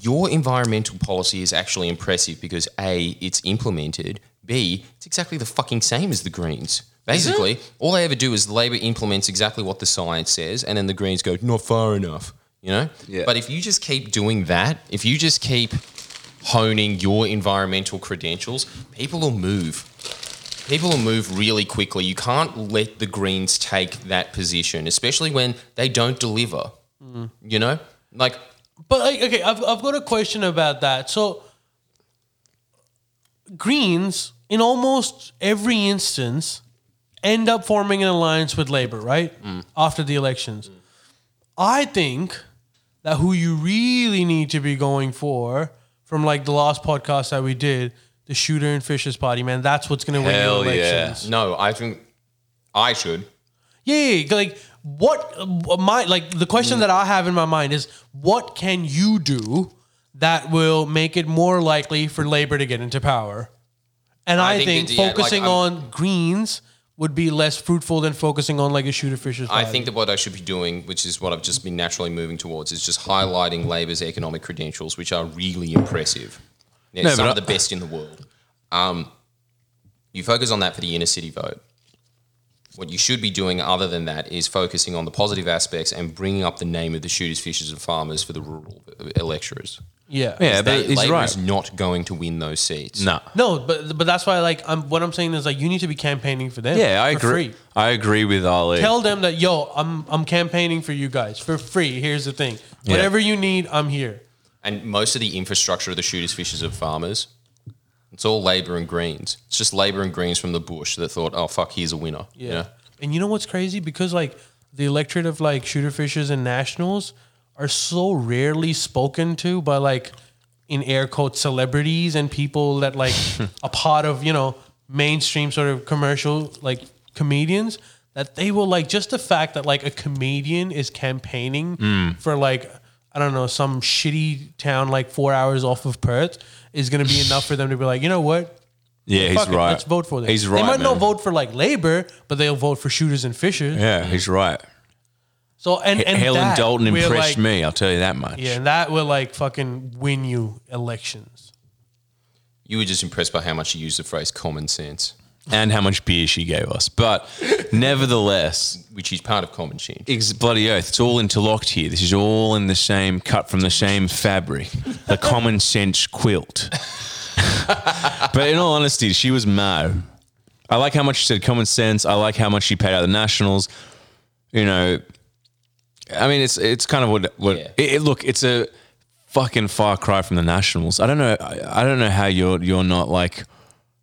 [SPEAKER 3] your environmental policy is actually impressive because A, it's implemented, B, it's exactly the fucking same as the Greens. Basically, all they ever do is Labor implements exactly what the science says, and then the Greens go, not far enough, you know? But if you just keep doing that, if you just keep honing your environmental credentials, people will move. People will move really quickly. You can't let the Greens take that position, especially when they don't deliver, you know? Like,
[SPEAKER 1] But like, okay, I've, I've got a question about that. So, Greens in almost every instance end up forming an alliance with Labour, right?
[SPEAKER 2] Mm.
[SPEAKER 1] After the elections, I think that who you really need to be going for from like the last podcast that we did, the Shooter and Fisher's party, man, that's what's going to win
[SPEAKER 2] Hell
[SPEAKER 1] your
[SPEAKER 2] yeah.
[SPEAKER 1] elections.
[SPEAKER 3] No, I think I should.
[SPEAKER 1] Yeah, yeah, yeah, like what uh, my like the question that I have in my mind is what can you do that will make it more likely for Labour to get into power? And I,
[SPEAKER 3] I think
[SPEAKER 1] think,
[SPEAKER 3] that, yeah, like,
[SPEAKER 1] focusing
[SPEAKER 3] I'm-
[SPEAKER 1] on Greens would be less fruitful than focusing on like a shooter fisher's.
[SPEAKER 2] Um,
[SPEAKER 3] I think that what I should be doing, which is what I've just been naturally moving towards, is just highlighting Labour's economic credentials, which are really impressive. Yeah,
[SPEAKER 2] No,
[SPEAKER 3] some
[SPEAKER 2] but
[SPEAKER 3] of the best in the world. Um, you focus on that for the inner city vote. What you should be doing, other than that, is focusing on the positive aspects and bringing up the name of the shooters, fishers, and farmers for the rural uh, electorers.
[SPEAKER 1] yeah,
[SPEAKER 2] Yeah, but
[SPEAKER 3] They-
[SPEAKER 2] he's
[SPEAKER 3] Labour
[SPEAKER 2] right.
[SPEAKER 3] is not going to win those seats.
[SPEAKER 2] No.
[SPEAKER 1] No, but but that's why like I'm what I'm saying is like you need to be campaigning for them.
[SPEAKER 2] Yeah, I
[SPEAKER 1] for
[SPEAKER 2] agree.
[SPEAKER 1] Free.
[SPEAKER 2] I agree with Ali.
[SPEAKER 1] Tell them that yo, I'm I'm campaigning for you guys for free. Here's the thing, whatever you need, I'm here.
[SPEAKER 3] and most of the infrastructure of the shooters, fishers, and farmers, it's all Labor and Greens. It's just Labor and Greens from the bush that thought, oh, fuck, he's a winner.
[SPEAKER 1] Yeah. And you know what's crazy? Because like the electorate of like shooter fishers and nationals are so rarely spoken to by like in air quotes celebrities and people that like a part of, you know, mainstream sort of commercial like comedians that they will like just the fact that like a comedian is campaigning for like I don't know, some shitty town like four hours off of Perth is gonna be enough for them to be like, you know what?
[SPEAKER 2] yeah, he's
[SPEAKER 1] Fuck it,
[SPEAKER 2] right.
[SPEAKER 1] Let's vote for them.
[SPEAKER 2] He's right.
[SPEAKER 1] They might not
[SPEAKER 2] man.
[SPEAKER 1] vote for like Labor, but they'll vote for shooters and fishers.
[SPEAKER 2] Yeah, he's right.
[SPEAKER 1] So and, and
[SPEAKER 2] Helen
[SPEAKER 1] that
[SPEAKER 2] Dalton
[SPEAKER 1] will,
[SPEAKER 2] impressed
[SPEAKER 1] like-
[SPEAKER 2] me. I'll tell you that much.
[SPEAKER 1] Yeah, and that will like fucking win you elections.
[SPEAKER 3] You were just impressed by how much you used the phrase common sense,
[SPEAKER 2] And how much beer she gave us, but nevertheless,
[SPEAKER 3] which is part of common sense.
[SPEAKER 2] ex- bloody oath, it's all interlocked here. This is all in the same cut from the same fabric, the common sense quilt. but in all honesty, she was mo. I like how much she said common sense. I like how much she paid out the nationals. You know, I mean, it's it's kind of what what
[SPEAKER 3] Yeah.
[SPEAKER 2] it, it- look. It's a fucking far cry from the nationals. I don't know. I, I don't know how you're you're not like.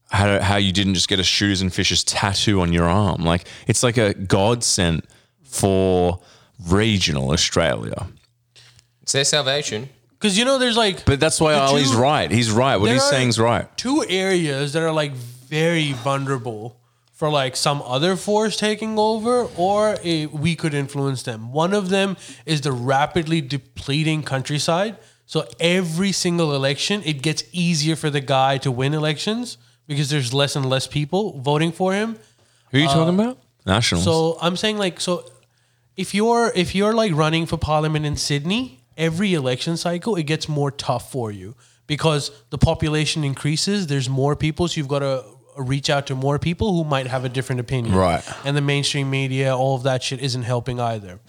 [SPEAKER 2] How, how you didn't just get a shoes and fishes tattoo on your arm like it's like a godsend for regional Australia.
[SPEAKER 3] It's their salvation.
[SPEAKER 1] Because you know, there's like
[SPEAKER 2] But that's why
[SPEAKER 1] The
[SPEAKER 2] Ali's
[SPEAKER 1] Jew-
[SPEAKER 2] right. He's right. What
[SPEAKER 1] There
[SPEAKER 2] he's
[SPEAKER 1] are-
[SPEAKER 2] saying's right.
[SPEAKER 1] two areas that are like very vulnerable for like some other force taking over or a, we could influence them. One of them is the rapidly depleting countryside. So every single election, it gets easier for the guy to win elections because there's less and less people voting for him.
[SPEAKER 2] Who are you talking about? Uh, Nationals.
[SPEAKER 1] So I'm saying like so if you're if you're like running for parliament in Sydney, every election cycle it gets more tough for you because the population increases, there's more people, so you've got to reach out to more people who might have a different opinion.
[SPEAKER 2] Right.
[SPEAKER 1] And the mainstream media, all of that shit isn't helping either.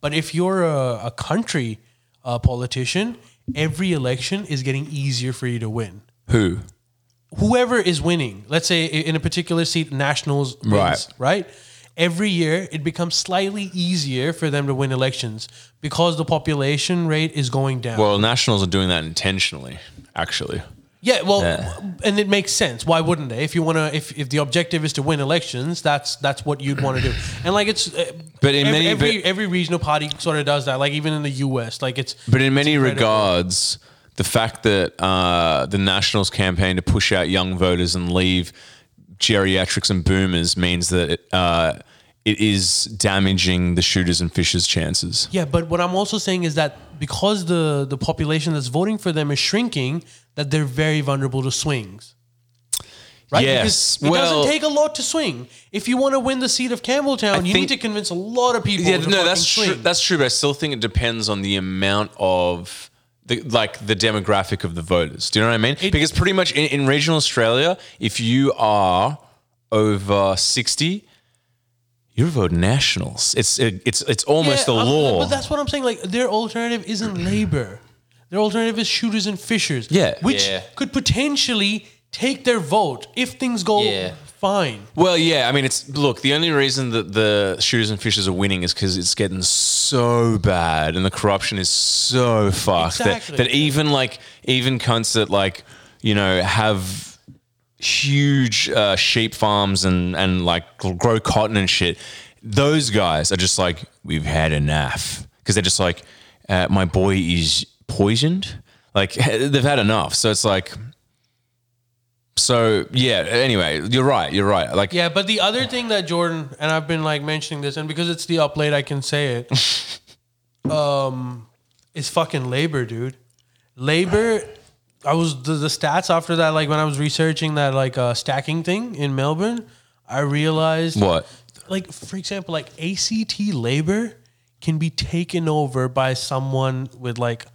[SPEAKER 1] But if you're a, a country uh, politician, every election is getting easier for you to win
[SPEAKER 2] Who?
[SPEAKER 1] whoever is winning, let's say i- in a particular seat, nationals wins,
[SPEAKER 2] Right.
[SPEAKER 1] right? Every year, it becomes slightly easier for them to win elections because the population rate is going down.
[SPEAKER 2] Well, Nationals are doing that intentionally, actually.
[SPEAKER 1] yeah, well,
[SPEAKER 2] yeah.
[SPEAKER 1] and it makes sense. Why wouldn't they? If you want to, if, if the objective is to win elections, that's that's what you'd want to do. And like it's, uh,
[SPEAKER 2] But in
[SPEAKER 1] ev-
[SPEAKER 2] many-
[SPEAKER 1] every
[SPEAKER 2] but-
[SPEAKER 1] every regional party sort of does that. Like even in the U.S., like it's
[SPEAKER 2] But in many
[SPEAKER 1] incredible.
[SPEAKER 2] regards, the fact that uh, the Nationals campaign to push out young voters and leave geriatrics and boomers means that uh, it is damaging the shooters and fishers' chances.
[SPEAKER 1] Yeah, but what I'm also saying is that because the the population that's voting for them is shrinking, that they're very vulnerable to swings. Right?
[SPEAKER 2] Yes.
[SPEAKER 1] Because it
[SPEAKER 2] Well-
[SPEAKER 1] doesn't take a lot to swing. If you want to win the seat of Campbelltown, you need
[SPEAKER 2] think-
[SPEAKER 1] to convince a lot of people.
[SPEAKER 2] Yeah,
[SPEAKER 1] to
[SPEAKER 2] no, that's
[SPEAKER 1] fucking
[SPEAKER 2] true.
[SPEAKER 1] swing.
[SPEAKER 2] That's true, but I still think it depends on the amount of the like the demographic of the voters. Do you know what I mean? because pretty much in, in regional Australia, if you are over sixty, you're voting nationals. It's it, it's it's almost
[SPEAKER 1] Yeah,
[SPEAKER 2] the
[SPEAKER 1] I'm-
[SPEAKER 2] law.
[SPEAKER 1] But that's what I'm saying. Like their alternative isn't labor. Their alternative is shooters and fishers.
[SPEAKER 2] Yeah.
[SPEAKER 1] Which
[SPEAKER 3] Yeah.
[SPEAKER 1] could potentially take their vote if things go
[SPEAKER 3] Yeah.
[SPEAKER 1] fine.
[SPEAKER 2] Well, yeah. I mean, it's look. The only reason that the shooters and fishers are winning is because it's getting so bad, and the corruption is so fucked
[SPEAKER 1] Exactly.
[SPEAKER 2] that that even like even cunts that like you know have huge uh, sheep farms and and like grow cotton and shit. Those guys are just like we've had enough because they're just like uh, my boy is poisoned. Like they've had enough. So it's like. So yeah. Anyway, you're right. You're right. Like
[SPEAKER 1] Yeah, but the other thing that Jordan and I've been like mentioning this, and because it's the up late, I can say it. um, is fucking labor, dude. Labor. I was the, the stats after that. Like when I was researching that like uh, stacking thing in Melbourne, I realized
[SPEAKER 2] What?
[SPEAKER 1] like for example, like ACT labor can be taken over by someone with like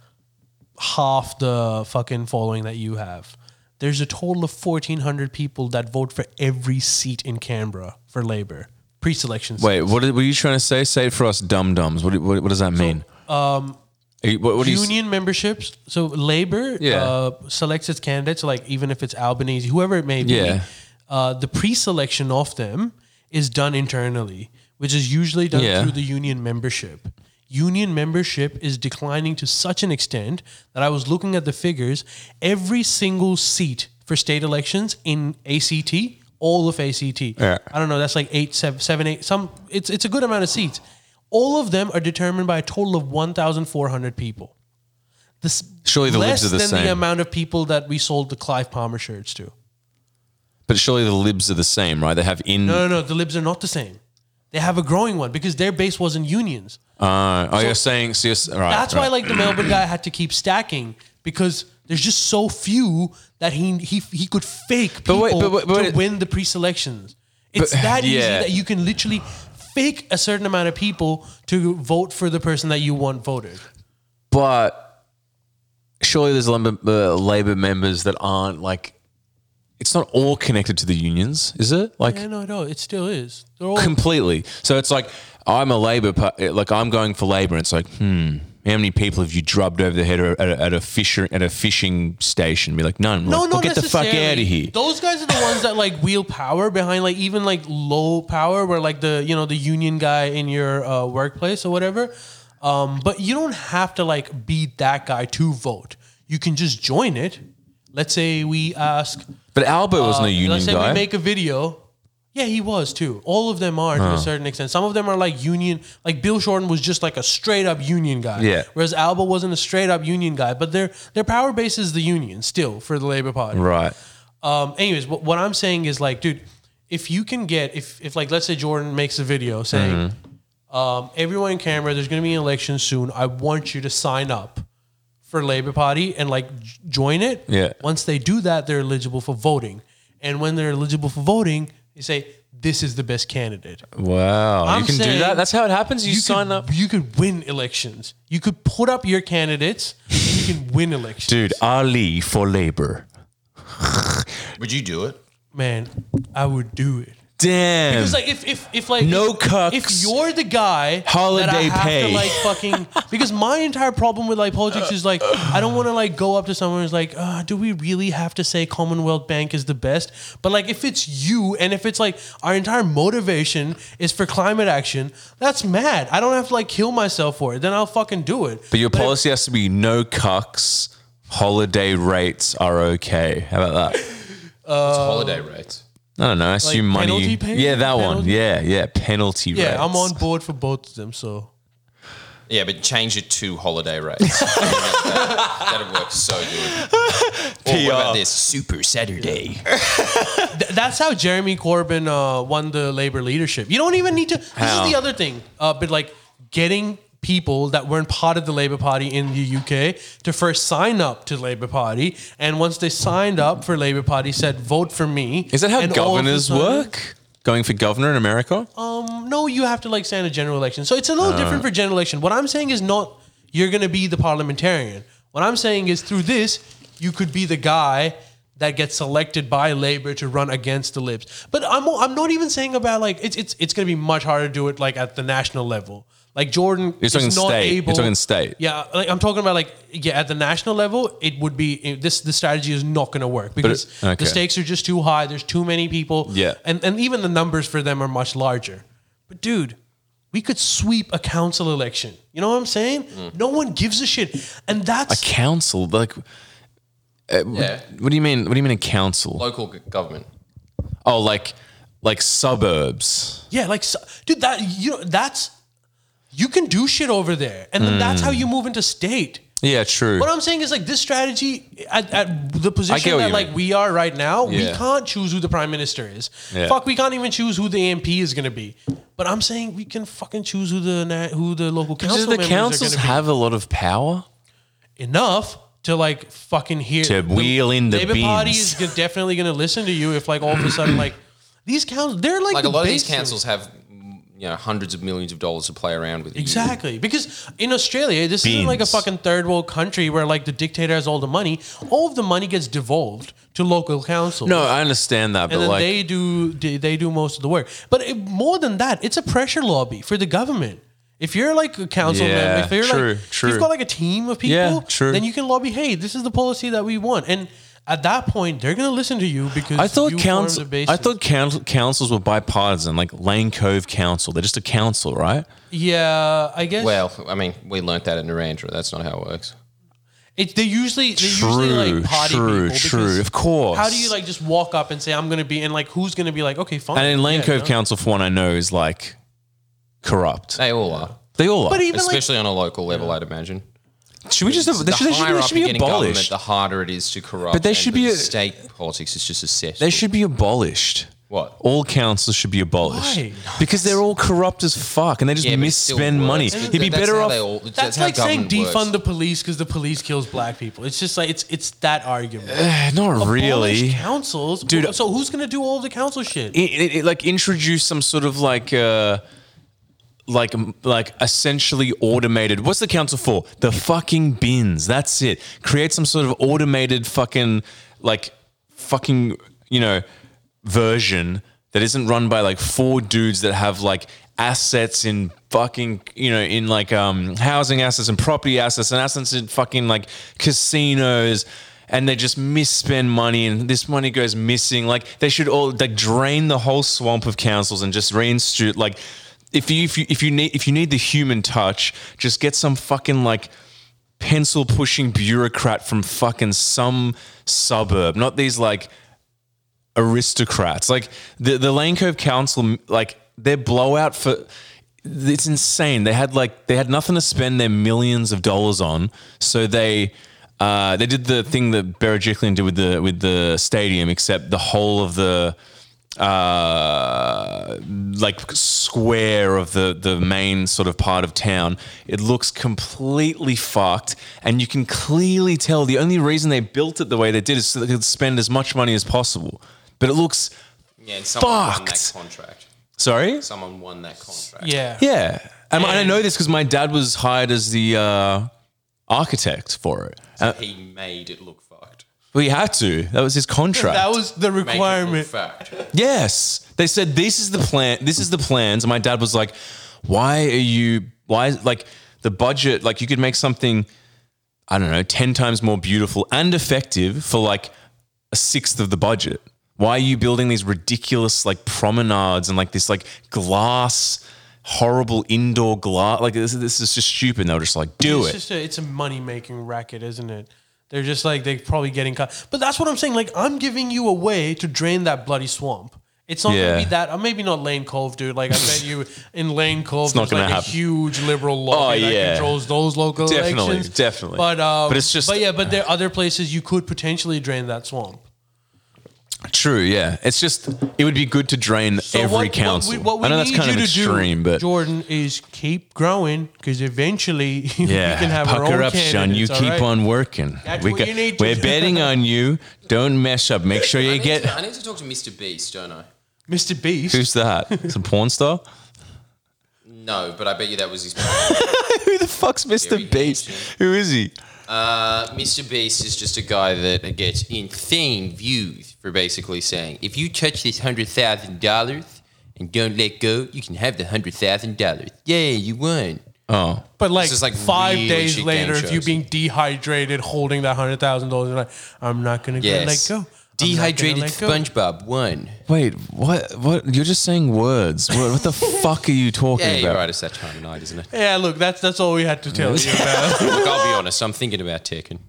[SPEAKER 1] half the fucking following that you have. There's a total of 1,400 people that vote for every seat in Canberra for labor pre-selection.
[SPEAKER 2] Wait, what are- were you trying to say? Say it for us, dum dums. What, do- what, what does that mean? um, what, what do you, s-
[SPEAKER 1] union memberships. So labor
[SPEAKER 2] Yeah.
[SPEAKER 1] uh, selects its candidates. So like even if it's Albanese, whoever it may be,
[SPEAKER 2] Yeah.
[SPEAKER 1] uh, the pre-selection of them is done internally, which is usually done
[SPEAKER 2] Yeah.
[SPEAKER 1] through the union membership. Union membership is declining to such an extent that I was looking at the figures. Every single seat for state elections in ACT, all of ACT,
[SPEAKER 2] Yeah.
[SPEAKER 1] I don't know, that's like eight, seven, seven, eight. Some it's it's a good amount of seats. All of them are determined by a total of one thousand four hundred people. This
[SPEAKER 2] Surely the
[SPEAKER 1] less
[SPEAKER 2] libs are the
[SPEAKER 1] than
[SPEAKER 2] same.
[SPEAKER 1] the amount of people that we sold the Clive Palmer shirts to.
[SPEAKER 2] But surely the libs are the same, right? They have in.
[SPEAKER 1] No, no, no. The libs are not the same. They have a growing one because their base wasn't unions.
[SPEAKER 2] Uh, oh, you're saying. So you're, s- all right,
[SPEAKER 1] That's why,
[SPEAKER 2] right.
[SPEAKER 1] like the Melbourne guy had to keep stacking because there's just so few that he he he could fake people
[SPEAKER 2] wait, but wait, but wait.
[SPEAKER 1] to win the pre-selections. It's
[SPEAKER 2] But-
[SPEAKER 1] that easy
[SPEAKER 2] yeah.
[SPEAKER 1] that you can literally fake a certain amount of people to vote for the person that you want voted.
[SPEAKER 2] But surely there's labor, uh, labor members that aren't like. It's not all connected to the unions, is it? Like
[SPEAKER 1] Yeah, Eh, no, no, it still is. They're all
[SPEAKER 2] completely. So it's like I'm a labor, par- eh, like I'm going for labor. And it's like, hmm, how many people have you drubbed over the head at a, at a fisher at a fishing station? Be like, none.
[SPEAKER 1] no,
[SPEAKER 2] Like,
[SPEAKER 1] no,
[SPEAKER 2] well, get the fuck out of here.
[SPEAKER 1] Those guys are the ones that like wield power behind like even like low power, where like the you know the union guy in your uh, workplace or whatever. Um, but you don't have to like be that guy to vote. You can just join it. Let's say we ask.
[SPEAKER 2] But Albo wasn't a union
[SPEAKER 1] Uh, let's say
[SPEAKER 2] guy.
[SPEAKER 1] we make a video. Yeah, he was too. All of them are to a certain extent. Some of them are like union. Like Bill Shorten was just like a straight up union guy.
[SPEAKER 2] Yeah.
[SPEAKER 1] Whereas Alba wasn't a straight up union guy. But their their power base is the union still for the Labour Party.
[SPEAKER 2] right.
[SPEAKER 1] Um, anyways, what, what I'm saying is like, dude, if you can get if if like let's say Jordan makes a video saying,
[SPEAKER 2] Mm-hmm.
[SPEAKER 1] um, everyone in camera, there's gonna be an election soon. I want you to sign up for Labour Party and like j- join it.
[SPEAKER 2] Yeah.
[SPEAKER 1] Once they do that, they're eligible for voting. And when they're eligible for voting, they say this is the best candidate.
[SPEAKER 2] Wow.
[SPEAKER 1] I'm
[SPEAKER 2] you can do
[SPEAKER 1] saying
[SPEAKER 2] that. That's how it happens. You, sign
[SPEAKER 1] could,
[SPEAKER 2] up.
[SPEAKER 1] You could win elections. You could put up your candidates. and you can win elections.
[SPEAKER 2] Dude, Ali for labor.
[SPEAKER 3] Would you do it?
[SPEAKER 1] man, I would do it.
[SPEAKER 2] Damn.
[SPEAKER 1] Because like if if if like
[SPEAKER 2] No
[SPEAKER 1] if,
[SPEAKER 2] cucks.
[SPEAKER 1] If you're the guy
[SPEAKER 2] Holiday
[SPEAKER 1] that I have
[SPEAKER 2] pay.
[SPEAKER 1] to like fucking because my entire problem with like politics is like I don't want to like go up to someone who's like, uh, do we really have to say Commonwealth Bank is the best? But like if it's you and if it's like our entire motivation is for climate action, that's mad. I don't have to like kill myself for it. Then I'll fucking do it.
[SPEAKER 2] but your policy has to be no cucks. Holiday rates are okay. How about that?
[SPEAKER 3] It's
[SPEAKER 1] Uh,
[SPEAKER 3] holiday rates.
[SPEAKER 2] I don't know. I assume money.
[SPEAKER 1] penalty pay?
[SPEAKER 2] Yeah, that one.
[SPEAKER 1] Penalty-
[SPEAKER 2] Yeah, yeah. Penalty
[SPEAKER 1] yeah,
[SPEAKER 2] rates.
[SPEAKER 1] I'm on board for both of them. So
[SPEAKER 3] Yeah, but change it to holiday rates. that, would work so good. Or what about this? Super Saturday.
[SPEAKER 1] Th- that's how Jeremy Corbyn uh, won the labor leadership. You don't even need to. This is the other thing, uh, but like getting people that weren't part of the Labour Party in the UK to first sign up to Labour Party, and once they signed up for Labour Party, said vote for me.
[SPEAKER 2] Is that how
[SPEAKER 1] and all of a
[SPEAKER 2] governors
[SPEAKER 1] sudden-
[SPEAKER 2] work? Going for governor in America?
[SPEAKER 1] Um, No, you have to like stand a general election. So it's a little
[SPEAKER 2] Uh-huh.
[SPEAKER 1] different for general election. What I'm saying is not you're going to be the parliamentarian. What I'm saying is through this, you could be the guy that gets selected by Labour to run against the Libs. But I'm I'm not even saying about like it's it's it's going to be much harder to do it like at the national level. Like Jordan
[SPEAKER 2] You're talking
[SPEAKER 1] is not
[SPEAKER 2] state. You're
[SPEAKER 1] able.
[SPEAKER 2] talking state.
[SPEAKER 1] Yeah, like I'm talking about like yeah at the national level, it would be this the strategy is not going to work because
[SPEAKER 2] okay.
[SPEAKER 1] the stakes are just too high. There's too many people.
[SPEAKER 2] Yeah.
[SPEAKER 1] and and even the numbers for them are much larger. But dude, we could sweep a council election. You know what I'm saying?
[SPEAKER 2] Mm.
[SPEAKER 1] No one gives a shit, and
[SPEAKER 2] A
[SPEAKER 1] that's
[SPEAKER 2] council? Like, uh, w-
[SPEAKER 3] Yeah.
[SPEAKER 2] what do you mean? What do you mean a council?
[SPEAKER 3] Local g- government.
[SPEAKER 2] oh, like, like suburbs.
[SPEAKER 1] yeah, like so- dude, that you know, that's you can do shit over there, and then that's how
[SPEAKER 2] Mm.
[SPEAKER 1] you move into state.
[SPEAKER 2] Yeah, true.
[SPEAKER 1] What I'm saying is like this strategy at, at the position
[SPEAKER 2] what
[SPEAKER 1] that
[SPEAKER 2] you
[SPEAKER 1] like
[SPEAKER 2] mean.
[SPEAKER 1] we are right now, we
[SPEAKER 2] Yeah.
[SPEAKER 1] can't choose who the prime minister is.
[SPEAKER 2] Yeah.
[SPEAKER 1] Fuck, we can't even choose who the MP is going to be. But I'm saying we can fucking choose who the na- who the local council
[SPEAKER 2] Do the
[SPEAKER 1] members
[SPEAKER 2] councils
[SPEAKER 1] are going to
[SPEAKER 2] have a lot of power?
[SPEAKER 1] be enough to like fucking hear
[SPEAKER 2] To wheel in the
[SPEAKER 1] Labour Party is
[SPEAKER 2] beans.
[SPEAKER 1] gonna- definitely going to listen to you if like all of a sudden like these councils they're like
[SPEAKER 3] Like a
[SPEAKER 1] the
[SPEAKER 3] lot of these
[SPEAKER 1] base thing.
[SPEAKER 3] councils have mm, you know hundreds of millions of dollars to play around with. a year.
[SPEAKER 1] Exactly. Because in Australia, this isn't like a
[SPEAKER 2] Beans.
[SPEAKER 1] fucking third world country where like the dictator has all the money. All of the money gets devolved to local council.
[SPEAKER 2] No, I understand that,
[SPEAKER 1] And
[SPEAKER 2] but
[SPEAKER 1] then
[SPEAKER 2] like,
[SPEAKER 1] they do they they do most of the work. But it, more than that, it's a pressure lobby for the government. If you're like a council
[SPEAKER 2] Yeah,
[SPEAKER 1] member, if you're
[SPEAKER 2] true,
[SPEAKER 1] like
[SPEAKER 2] true.
[SPEAKER 1] you've got like a team of people,
[SPEAKER 2] Yeah, true.
[SPEAKER 1] then you can lobby. Hey, this is the policy that we want, and at that point, they're gonna listen to you because
[SPEAKER 2] I thought
[SPEAKER 1] you
[SPEAKER 2] council.
[SPEAKER 1] formed the
[SPEAKER 2] I
[SPEAKER 1] basis.
[SPEAKER 2] thought council, councils were bipartisan, like Lane Cove Council. They're just a council, right?
[SPEAKER 1] yeah, I guess.
[SPEAKER 3] Well, I mean, we learnt that at Narendra. That's not how it works.
[SPEAKER 1] It, they usually they usually like party
[SPEAKER 2] true,
[SPEAKER 1] people.
[SPEAKER 2] true.
[SPEAKER 1] because
[SPEAKER 2] Of course.
[SPEAKER 1] How do you like just walk up and say I'm going to be and like who's going to be like okay fine?
[SPEAKER 2] And in Lane
[SPEAKER 1] yeah,
[SPEAKER 2] Cove
[SPEAKER 1] no.
[SPEAKER 2] Council, for one, I know is like corrupt.
[SPEAKER 3] They all are,
[SPEAKER 2] They all are.
[SPEAKER 1] But even like
[SPEAKER 3] especially on a local level. I'd imagine.
[SPEAKER 2] should we just? They
[SPEAKER 3] the
[SPEAKER 2] should, they should-
[SPEAKER 3] higher
[SPEAKER 2] they
[SPEAKER 3] up
[SPEAKER 2] should
[SPEAKER 3] you
[SPEAKER 2] be
[SPEAKER 3] get in government,
[SPEAKER 2] abolished.
[SPEAKER 3] the harder it is to corrupt.
[SPEAKER 2] But they
[SPEAKER 3] and
[SPEAKER 2] should
[SPEAKER 3] the
[SPEAKER 2] be a-
[SPEAKER 3] state politics is just a cesspool.
[SPEAKER 2] They should be abolished.
[SPEAKER 3] What?
[SPEAKER 2] All councils should be abolished
[SPEAKER 1] Why?
[SPEAKER 2] because they're all corrupt as fuck, and they just
[SPEAKER 3] Yeah, but it still
[SPEAKER 2] misspend
[SPEAKER 3] works.
[SPEAKER 2] money.
[SPEAKER 3] Th-
[SPEAKER 2] He'd be
[SPEAKER 3] that's
[SPEAKER 2] better
[SPEAKER 3] how
[SPEAKER 2] off.
[SPEAKER 3] they all-
[SPEAKER 1] that's,
[SPEAKER 3] how
[SPEAKER 1] like saying
[SPEAKER 3] government
[SPEAKER 1] defund
[SPEAKER 3] works.
[SPEAKER 1] the police because the police kills black people. It's just like it's it's that argument.
[SPEAKER 2] Not Uh, really.
[SPEAKER 1] Abolish councils,
[SPEAKER 2] Dude,
[SPEAKER 1] So who's going to do all the council shit?
[SPEAKER 2] it, it, it, like introduce some sort of like uh like like essentially automated what's the council for the fucking bins that's it create some sort of automated fucking like fucking you know version that isn't run by like four dudes that have like assets in fucking you know in like um housing assets and property assets and assets in fucking like casinos and they just misspend money and this money goes missing like they should all like drain the whole swamp of councils and just reinstitute like if you if you if you need if you need the human touch just get some fucking like pencil pushing bureaucrat from fucking some suburb not these like aristocrats. Like the the Lane Cove Council, like their blowout for it's insane. They had like they had nothing to spend their millions of dollars on, so they. Uh, they did the thing that Berejiklian did with the with the stadium, except the whole of the uh, like square of the the main sort of part of town. It looks completely fucked, and you can clearly tell the only reason they built it the way they did is so they could spend as much money as possible. But it looks
[SPEAKER 3] Yeah, and someone won that
[SPEAKER 2] Fucked.
[SPEAKER 3] contract.
[SPEAKER 2] sorry,
[SPEAKER 3] Someone won that contract.
[SPEAKER 1] Yeah.
[SPEAKER 2] yeah. And, I- and I know this because my dad was hired as the uh, architect for it. Uh,
[SPEAKER 3] He made it look fucked.
[SPEAKER 2] we had to. That was his contract.
[SPEAKER 1] That was the
[SPEAKER 3] Make it look
[SPEAKER 1] requirement.
[SPEAKER 3] fucked.
[SPEAKER 2] Yes. They said this is the plan. This is the plans. And my dad was like, "Why are you? Why like the budget? Like you could make something, I don't know, ten times more beautiful and effective for like a sixth of the budget. Why are you building these ridiculous like promenades and like this like glass?" Horrible indoor glass, like this. This is just stupid. And they were just like, do
[SPEAKER 1] it's
[SPEAKER 2] it.
[SPEAKER 1] just a, it's a money making racket, isn't it? They're just like they're probably getting cut. But that's what I'm saying. Like I'm giving you a way to drain that bloody swamp, It's not
[SPEAKER 2] Yeah.
[SPEAKER 1] gonna be that. Or maybe not Lane Cove, dude. Like I bet you in Lane Cove, there's
[SPEAKER 2] not gonna
[SPEAKER 1] like a
[SPEAKER 2] happen.
[SPEAKER 1] huge liberal lobby
[SPEAKER 2] Oh,
[SPEAKER 1] that
[SPEAKER 2] yeah.
[SPEAKER 1] controls those local
[SPEAKER 2] Definitely,
[SPEAKER 1] elections.
[SPEAKER 2] definitely.
[SPEAKER 1] But um,
[SPEAKER 2] But it's just-
[SPEAKER 1] But yeah, but there are other places you could potentially drain that swamp.
[SPEAKER 2] True, yeah. It's just it would be good to drain every
[SPEAKER 1] what- what we-
[SPEAKER 2] council.
[SPEAKER 1] What we,
[SPEAKER 2] I know that's
[SPEAKER 1] need
[SPEAKER 2] kind
[SPEAKER 1] you
[SPEAKER 2] of
[SPEAKER 1] to do,
[SPEAKER 2] extreme, but
[SPEAKER 1] Jordan is keep growing because eventually
[SPEAKER 2] yeah,
[SPEAKER 1] we can have
[SPEAKER 2] pucker
[SPEAKER 1] our own
[SPEAKER 2] up, son. You
[SPEAKER 1] candidates, all
[SPEAKER 2] keep
[SPEAKER 1] right?
[SPEAKER 2] on working.
[SPEAKER 1] That's
[SPEAKER 2] we
[SPEAKER 1] what you need to
[SPEAKER 2] we're
[SPEAKER 1] do.
[SPEAKER 2] betting on you. Don't mess up. Make sure
[SPEAKER 3] I
[SPEAKER 2] you
[SPEAKER 3] need,
[SPEAKER 2] get.
[SPEAKER 3] to, I need to talk to Mr. Beast, don't I?
[SPEAKER 1] Mr. Beast.
[SPEAKER 2] Who's that? It's a porn star.
[SPEAKER 3] No, but I bet you that was his.
[SPEAKER 2] Who the fuck's Mr.
[SPEAKER 3] Very
[SPEAKER 2] Beast?
[SPEAKER 3] handsome.
[SPEAKER 2] Who is he?
[SPEAKER 3] Uh, Mr. Beast is just a guy that gets insane views for basically saying, if you touch this hundred thousand dollars and don't let go, you can have the hundred thousand dollars. Yeah, you won.
[SPEAKER 2] Oh,
[SPEAKER 1] But like,
[SPEAKER 3] is like
[SPEAKER 1] five
[SPEAKER 3] really
[SPEAKER 1] days
[SPEAKER 3] shit
[SPEAKER 1] later,
[SPEAKER 3] game
[SPEAKER 1] if you're
[SPEAKER 3] shows.
[SPEAKER 1] being dehydrated, holding that hundred thousand dollars, you're like, I'm not gonna get let
[SPEAKER 3] Yes.
[SPEAKER 1] go. I'm not gonna
[SPEAKER 3] Dehydrated
[SPEAKER 1] let go.
[SPEAKER 3] SpongeBob won.
[SPEAKER 2] wait, what? What? You're just saying words. What, what the fuck are you talking
[SPEAKER 3] Yeah,
[SPEAKER 2] about?
[SPEAKER 3] you're right. It's that time of night, isn't it?
[SPEAKER 1] Yeah, look, that's that's all we had to tell you about.
[SPEAKER 3] Look, I'll be honest. I'm thinking about Tekken.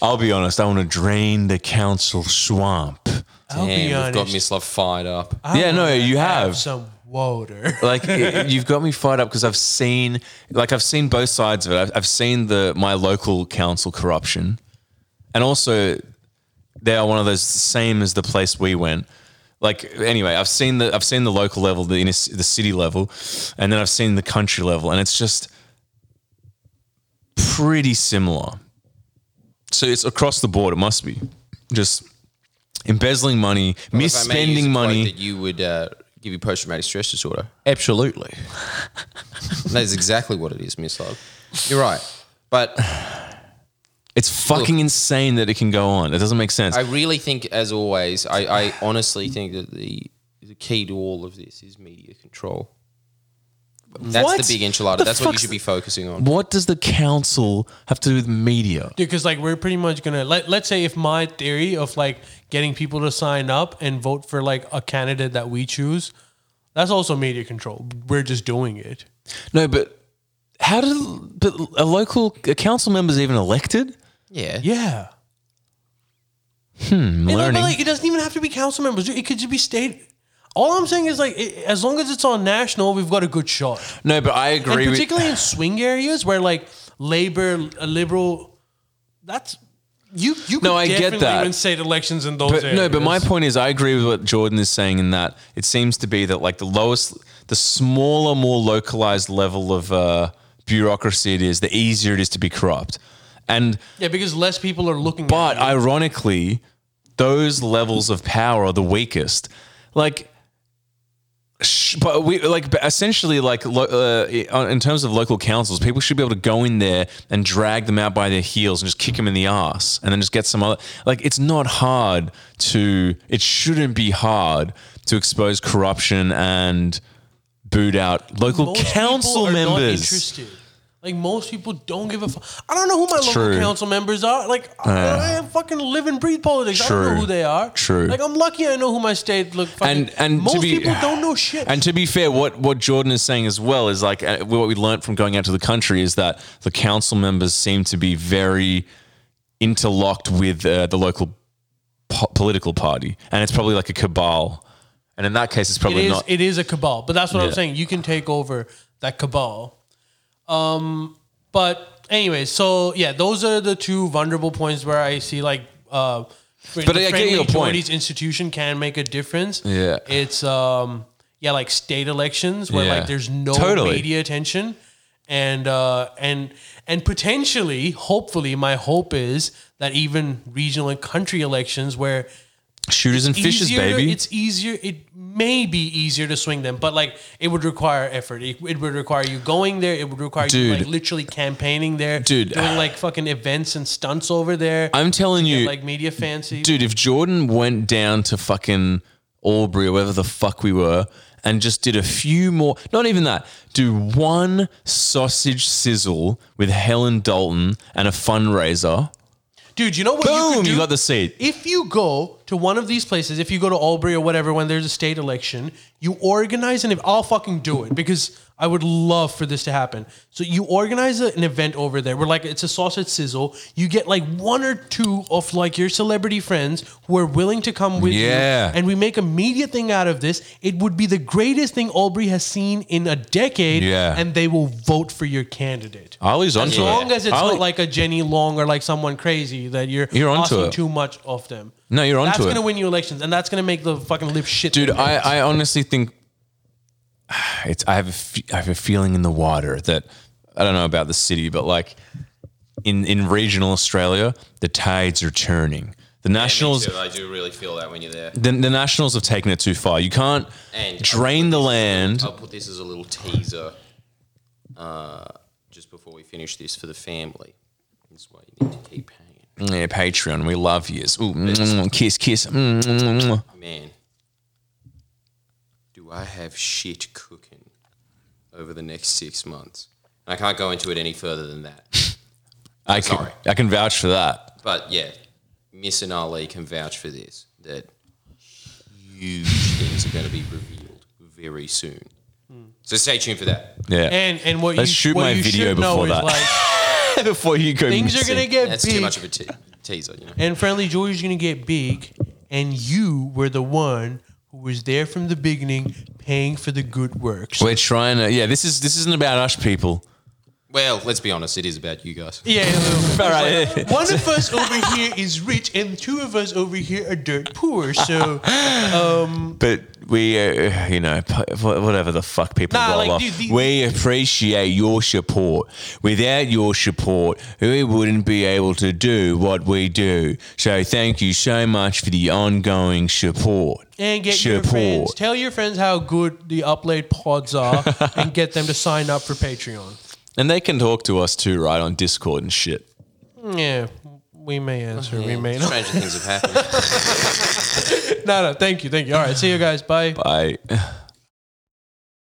[SPEAKER 2] I'll be honest. I want to drain the council swamp.
[SPEAKER 1] I'll
[SPEAKER 3] Damn,
[SPEAKER 1] be
[SPEAKER 3] we've
[SPEAKER 1] honest.
[SPEAKER 3] got Miss Love fired up.
[SPEAKER 1] I
[SPEAKER 2] Yeah, no,
[SPEAKER 1] wanna
[SPEAKER 2] you have.
[SPEAKER 1] some water.
[SPEAKER 2] like it, you've got me fired up because I've seen like I've seen both sides of it. I've, I've seen the my local council corruption, and also they are one of those same as the place we went. Like anyway, I've seen the I've seen the local level, the inner, c- the city level, and then I've seen the country level, and it's just pretty similar. So it's across the board. It must be just embezzling money,
[SPEAKER 3] If I may use a
[SPEAKER 2] misspending
[SPEAKER 3] quote
[SPEAKER 2] money.
[SPEAKER 3] that you would uh, give you post-traumatic stress disorder. Absolutely. that is exactly what it is, Miss Love. You're right, but
[SPEAKER 2] It's fucking insane that it can go on. It doesn't make sense.
[SPEAKER 3] I really think, as always, I, I honestly think that the the key to all of this is media control. That's
[SPEAKER 2] What?
[SPEAKER 3] the big enchilada.
[SPEAKER 2] The
[SPEAKER 3] That's what you
[SPEAKER 2] fuck's-
[SPEAKER 3] should be focusing on.
[SPEAKER 2] what does the council have to do with media?
[SPEAKER 1] because like we're pretty much gonna let, let's say if my theory of like getting people to sign up and vote for like a candidate that we choose that's also media control we're just doing it
[SPEAKER 2] No, but how do but a local a council member's even elected?
[SPEAKER 3] Yeah.
[SPEAKER 1] yeah hmm
[SPEAKER 2] learning.
[SPEAKER 1] like it doesn't even have to be council members it could just be state all i'm saying is like it, as long as it's on national we've got a good shot
[SPEAKER 2] No, but I agree
[SPEAKER 1] and
[SPEAKER 2] with
[SPEAKER 1] particularly in swing areas where like labor a liberal that's you you could
[SPEAKER 2] No, I get
[SPEAKER 1] definitely
[SPEAKER 2] that.
[SPEAKER 1] win state elections in those
[SPEAKER 2] but,
[SPEAKER 1] areas
[SPEAKER 2] no, but my point is I agree with what Jordan is saying in that it seems to be that like the lowest the smaller, more localized level of uh, bureaucracy it is, the easier it is to be corrupt. And
[SPEAKER 1] yeah because less people are looking at
[SPEAKER 2] But ironically, those levels of power are the weakest. Like, sh- but we like but essentially like lo- uh, i- in terms of local councils, people should be able to go in there and drag them out by their heels and just kick them in the ass, and then just get some other. Like, it's not hard to. It shouldn't be hard to expose corruption and boot out local
[SPEAKER 1] most
[SPEAKER 2] council
[SPEAKER 1] people are Not
[SPEAKER 2] members.
[SPEAKER 1] interested. Like most people don't give a fuck. I don't know who my local
[SPEAKER 2] True.
[SPEAKER 1] council members are. Like I, I fucking live and breathe politics. I don't
[SPEAKER 2] True.
[SPEAKER 1] know who they are.
[SPEAKER 2] True.
[SPEAKER 1] Like I'm lucky I know who my state look. Fucking,
[SPEAKER 2] And- and to
[SPEAKER 1] most
[SPEAKER 2] be-
[SPEAKER 1] people don't know shit.
[SPEAKER 2] And to be fair, what, what Jordan is saying as well is like uh, what we learned from going out to the country is that the council members seem to be very interlocked with uh, the local po- political party, and it's probably like a cabal. And in that case, it's
[SPEAKER 1] it
[SPEAKER 2] probably
[SPEAKER 1] is
[SPEAKER 2] not.
[SPEAKER 1] it is a cabal. But that's what I'm
[SPEAKER 2] Yeah.
[SPEAKER 1] saying. You can take over that cabal. Um, but anyway, so yeah, those are the two vulnerable points where I see like. Uh,
[SPEAKER 2] But I get your point.
[SPEAKER 1] Majorities institution can make a difference.
[SPEAKER 2] Yeah.
[SPEAKER 1] it's um, yeah, like state elections where
[SPEAKER 2] Yeah.
[SPEAKER 1] like there's no
[SPEAKER 2] Totally.
[SPEAKER 1] media attention, and uh, and and potentially, hopefully, my hope is that even regional and country elections where
[SPEAKER 2] Shooters and fishes,
[SPEAKER 1] easier-
[SPEAKER 2] baby.
[SPEAKER 1] It's easier. It may be easier to swing them, but like it would require effort. It, it would require you going there. It would require you
[SPEAKER 2] Dude.
[SPEAKER 1] like literally campaigning there,
[SPEAKER 2] Dude.
[SPEAKER 1] doing like fucking events and stunts over there.
[SPEAKER 2] I'm telling you,
[SPEAKER 1] like media fancy.
[SPEAKER 2] dude, if Jordan went down to fucking Albury or wherever the fuck we were and just did a few more, not even that, do one sausage sizzle with Helen Dalton and a fundraiser,
[SPEAKER 1] Dude, you know what? you
[SPEAKER 2] boom,
[SPEAKER 1] could do?
[SPEAKER 2] you got the seat.
[SPEAKER 1] If you go to to one of these places. If you go to Albury or whatever, when there's a state election, you organize an. ev- I'll fucking do it because I would love for this to happen. So you organize a- an event over there where like it's a sausage sizzle. You get like one or two of like your celebrity friends who are willing to come with you,
[SPEAKER 2] Yeah.
[SPEAKER 1] and we make a media thing out of this. It would be the greatest thing Albury has seen in a decade.
[SPEAKER 2] Yeah.
[SPEAKER 1] and they will vote for your candidate.
[SPEAKER 2] Ollie's onto
[SPEAKER 1] As
[SPEAKER 2] it.
[SPEAKER 1] long as it's
[SPEAKER 2] Ollie-
[SPEAKER 1] not like a Jenny Long or like someone crazy that you're
[SPEAKER 2] You're onto
[SPEAKER 1] asking
[SPEAKER 2] it.
[SPEAKER 1] too much of them.
[SPEAKER 2] No, you're onto
[SPEAKER 1] that's
[SPEAKER 2] it.
[SPEAKER 1] That's gonna win you elections, and that's gonna make the fucking lip shit.
[SPEAKER 2] dude. I, I honestly think it's. I have a fe- I have a feeling in the water that I don't know about the city, but like in in regional Australia, the tides are turning. The nationals,
[SPEAKER 3] I do really feel that when you're there.
[SPEAKER 2] the, the nationals have taken it too far. You can't
[SPEAKER 3] And-
[SPEAKER 2] drain the land.
[SPEAKER 3] I'll put this as a little teaser uh, just before we finish this for the family. That's why you need to keep paying.
[SPEAKER 2] Yeah, Patreon, we love yous. Ooh, mm, mm, kiss, kiss. Mm, mm, mm, mm.
[SPEAKER 3] Man, do I have shit cooking over the next six months? And I can't go into it any further than that.
[SPEAKER 2] I can,
[SPEAKER 3] Sorry.
[SPEAKER 2] I can vouch for that.
[SPEAKER 3] But yeah, Miss and Ali can vouch for this that huge things are going to be revealed very soon.
[SPEAKER 1] Hmm.
[SPEAKER 3] So stay tuned for that.
[SPEAKER 2] Yeah.
[SPEAKER 1] and and what
[SPEAKER 2] Let's
[SPEAKER 1] you
[SPEAKER 2] shoot
[SPEAKER 1] what
[SPEAKER 2] my
[SPEAKER 1] you
[SPEAKER 2] video
[SPEAKER 1] should know
[SPEAKER 2] before
[SPEAKER 1] is
[SPEAKER 2] that.
[SPEAKER 1] like
[SPEAKER 2] Before you go,
[SPEAKER 1] things are
[SPEAKER 2] missing.
[SPEAKER 1] gonna get
[SPEAKER 3] That's
[SPEAKER 1] big,
[SPEAKER 3] too much of a te- teaser, you know.
[SPEAKER 1] and friendly George's gonna get big, and you were the one who was there from the beginning, paying for the good works.
[SPEAKER 2] We're trying to. Yeah, this is this isn't about us people.
[SPEAKER 3] Well, let's be honest, it is about you guys.
[SPEAKER 1] Yeah, it's
[SPEAKER 2] right.
[SPEAKER 1] like, one of us over here is rich, and two of us over here are dirt poor. So um,
[SPEAKER 2] But we, uh, you know, p- whatever the fuck people
[SPEAKER 1] Nah,
[SPEAKER 2] roll
[SPEAKER 1] like,
[SPEAKER 2] off,
[SPEAKER 1] dude, the-
[SPEAKER 2] we appreciate your support. Without your support, we wouldn't be able to do what we do. So thank you so much for the ongoing support.
[SPEAKER 1] And get your friends. Tell your friends how good the up late pods are, and get them to sign up for Patreon.
[SPEAKER 2] And they can talk to us too, right, on Discord and shit.
[SPEAKER 1] Yeah, we may answer, we may not.
[SPEAKER 3] Stranger things have happened.
[SPEAKER 1] No, no, thank you, thank you. All right, see you guys. Bye.
[SPEAKER 2] I.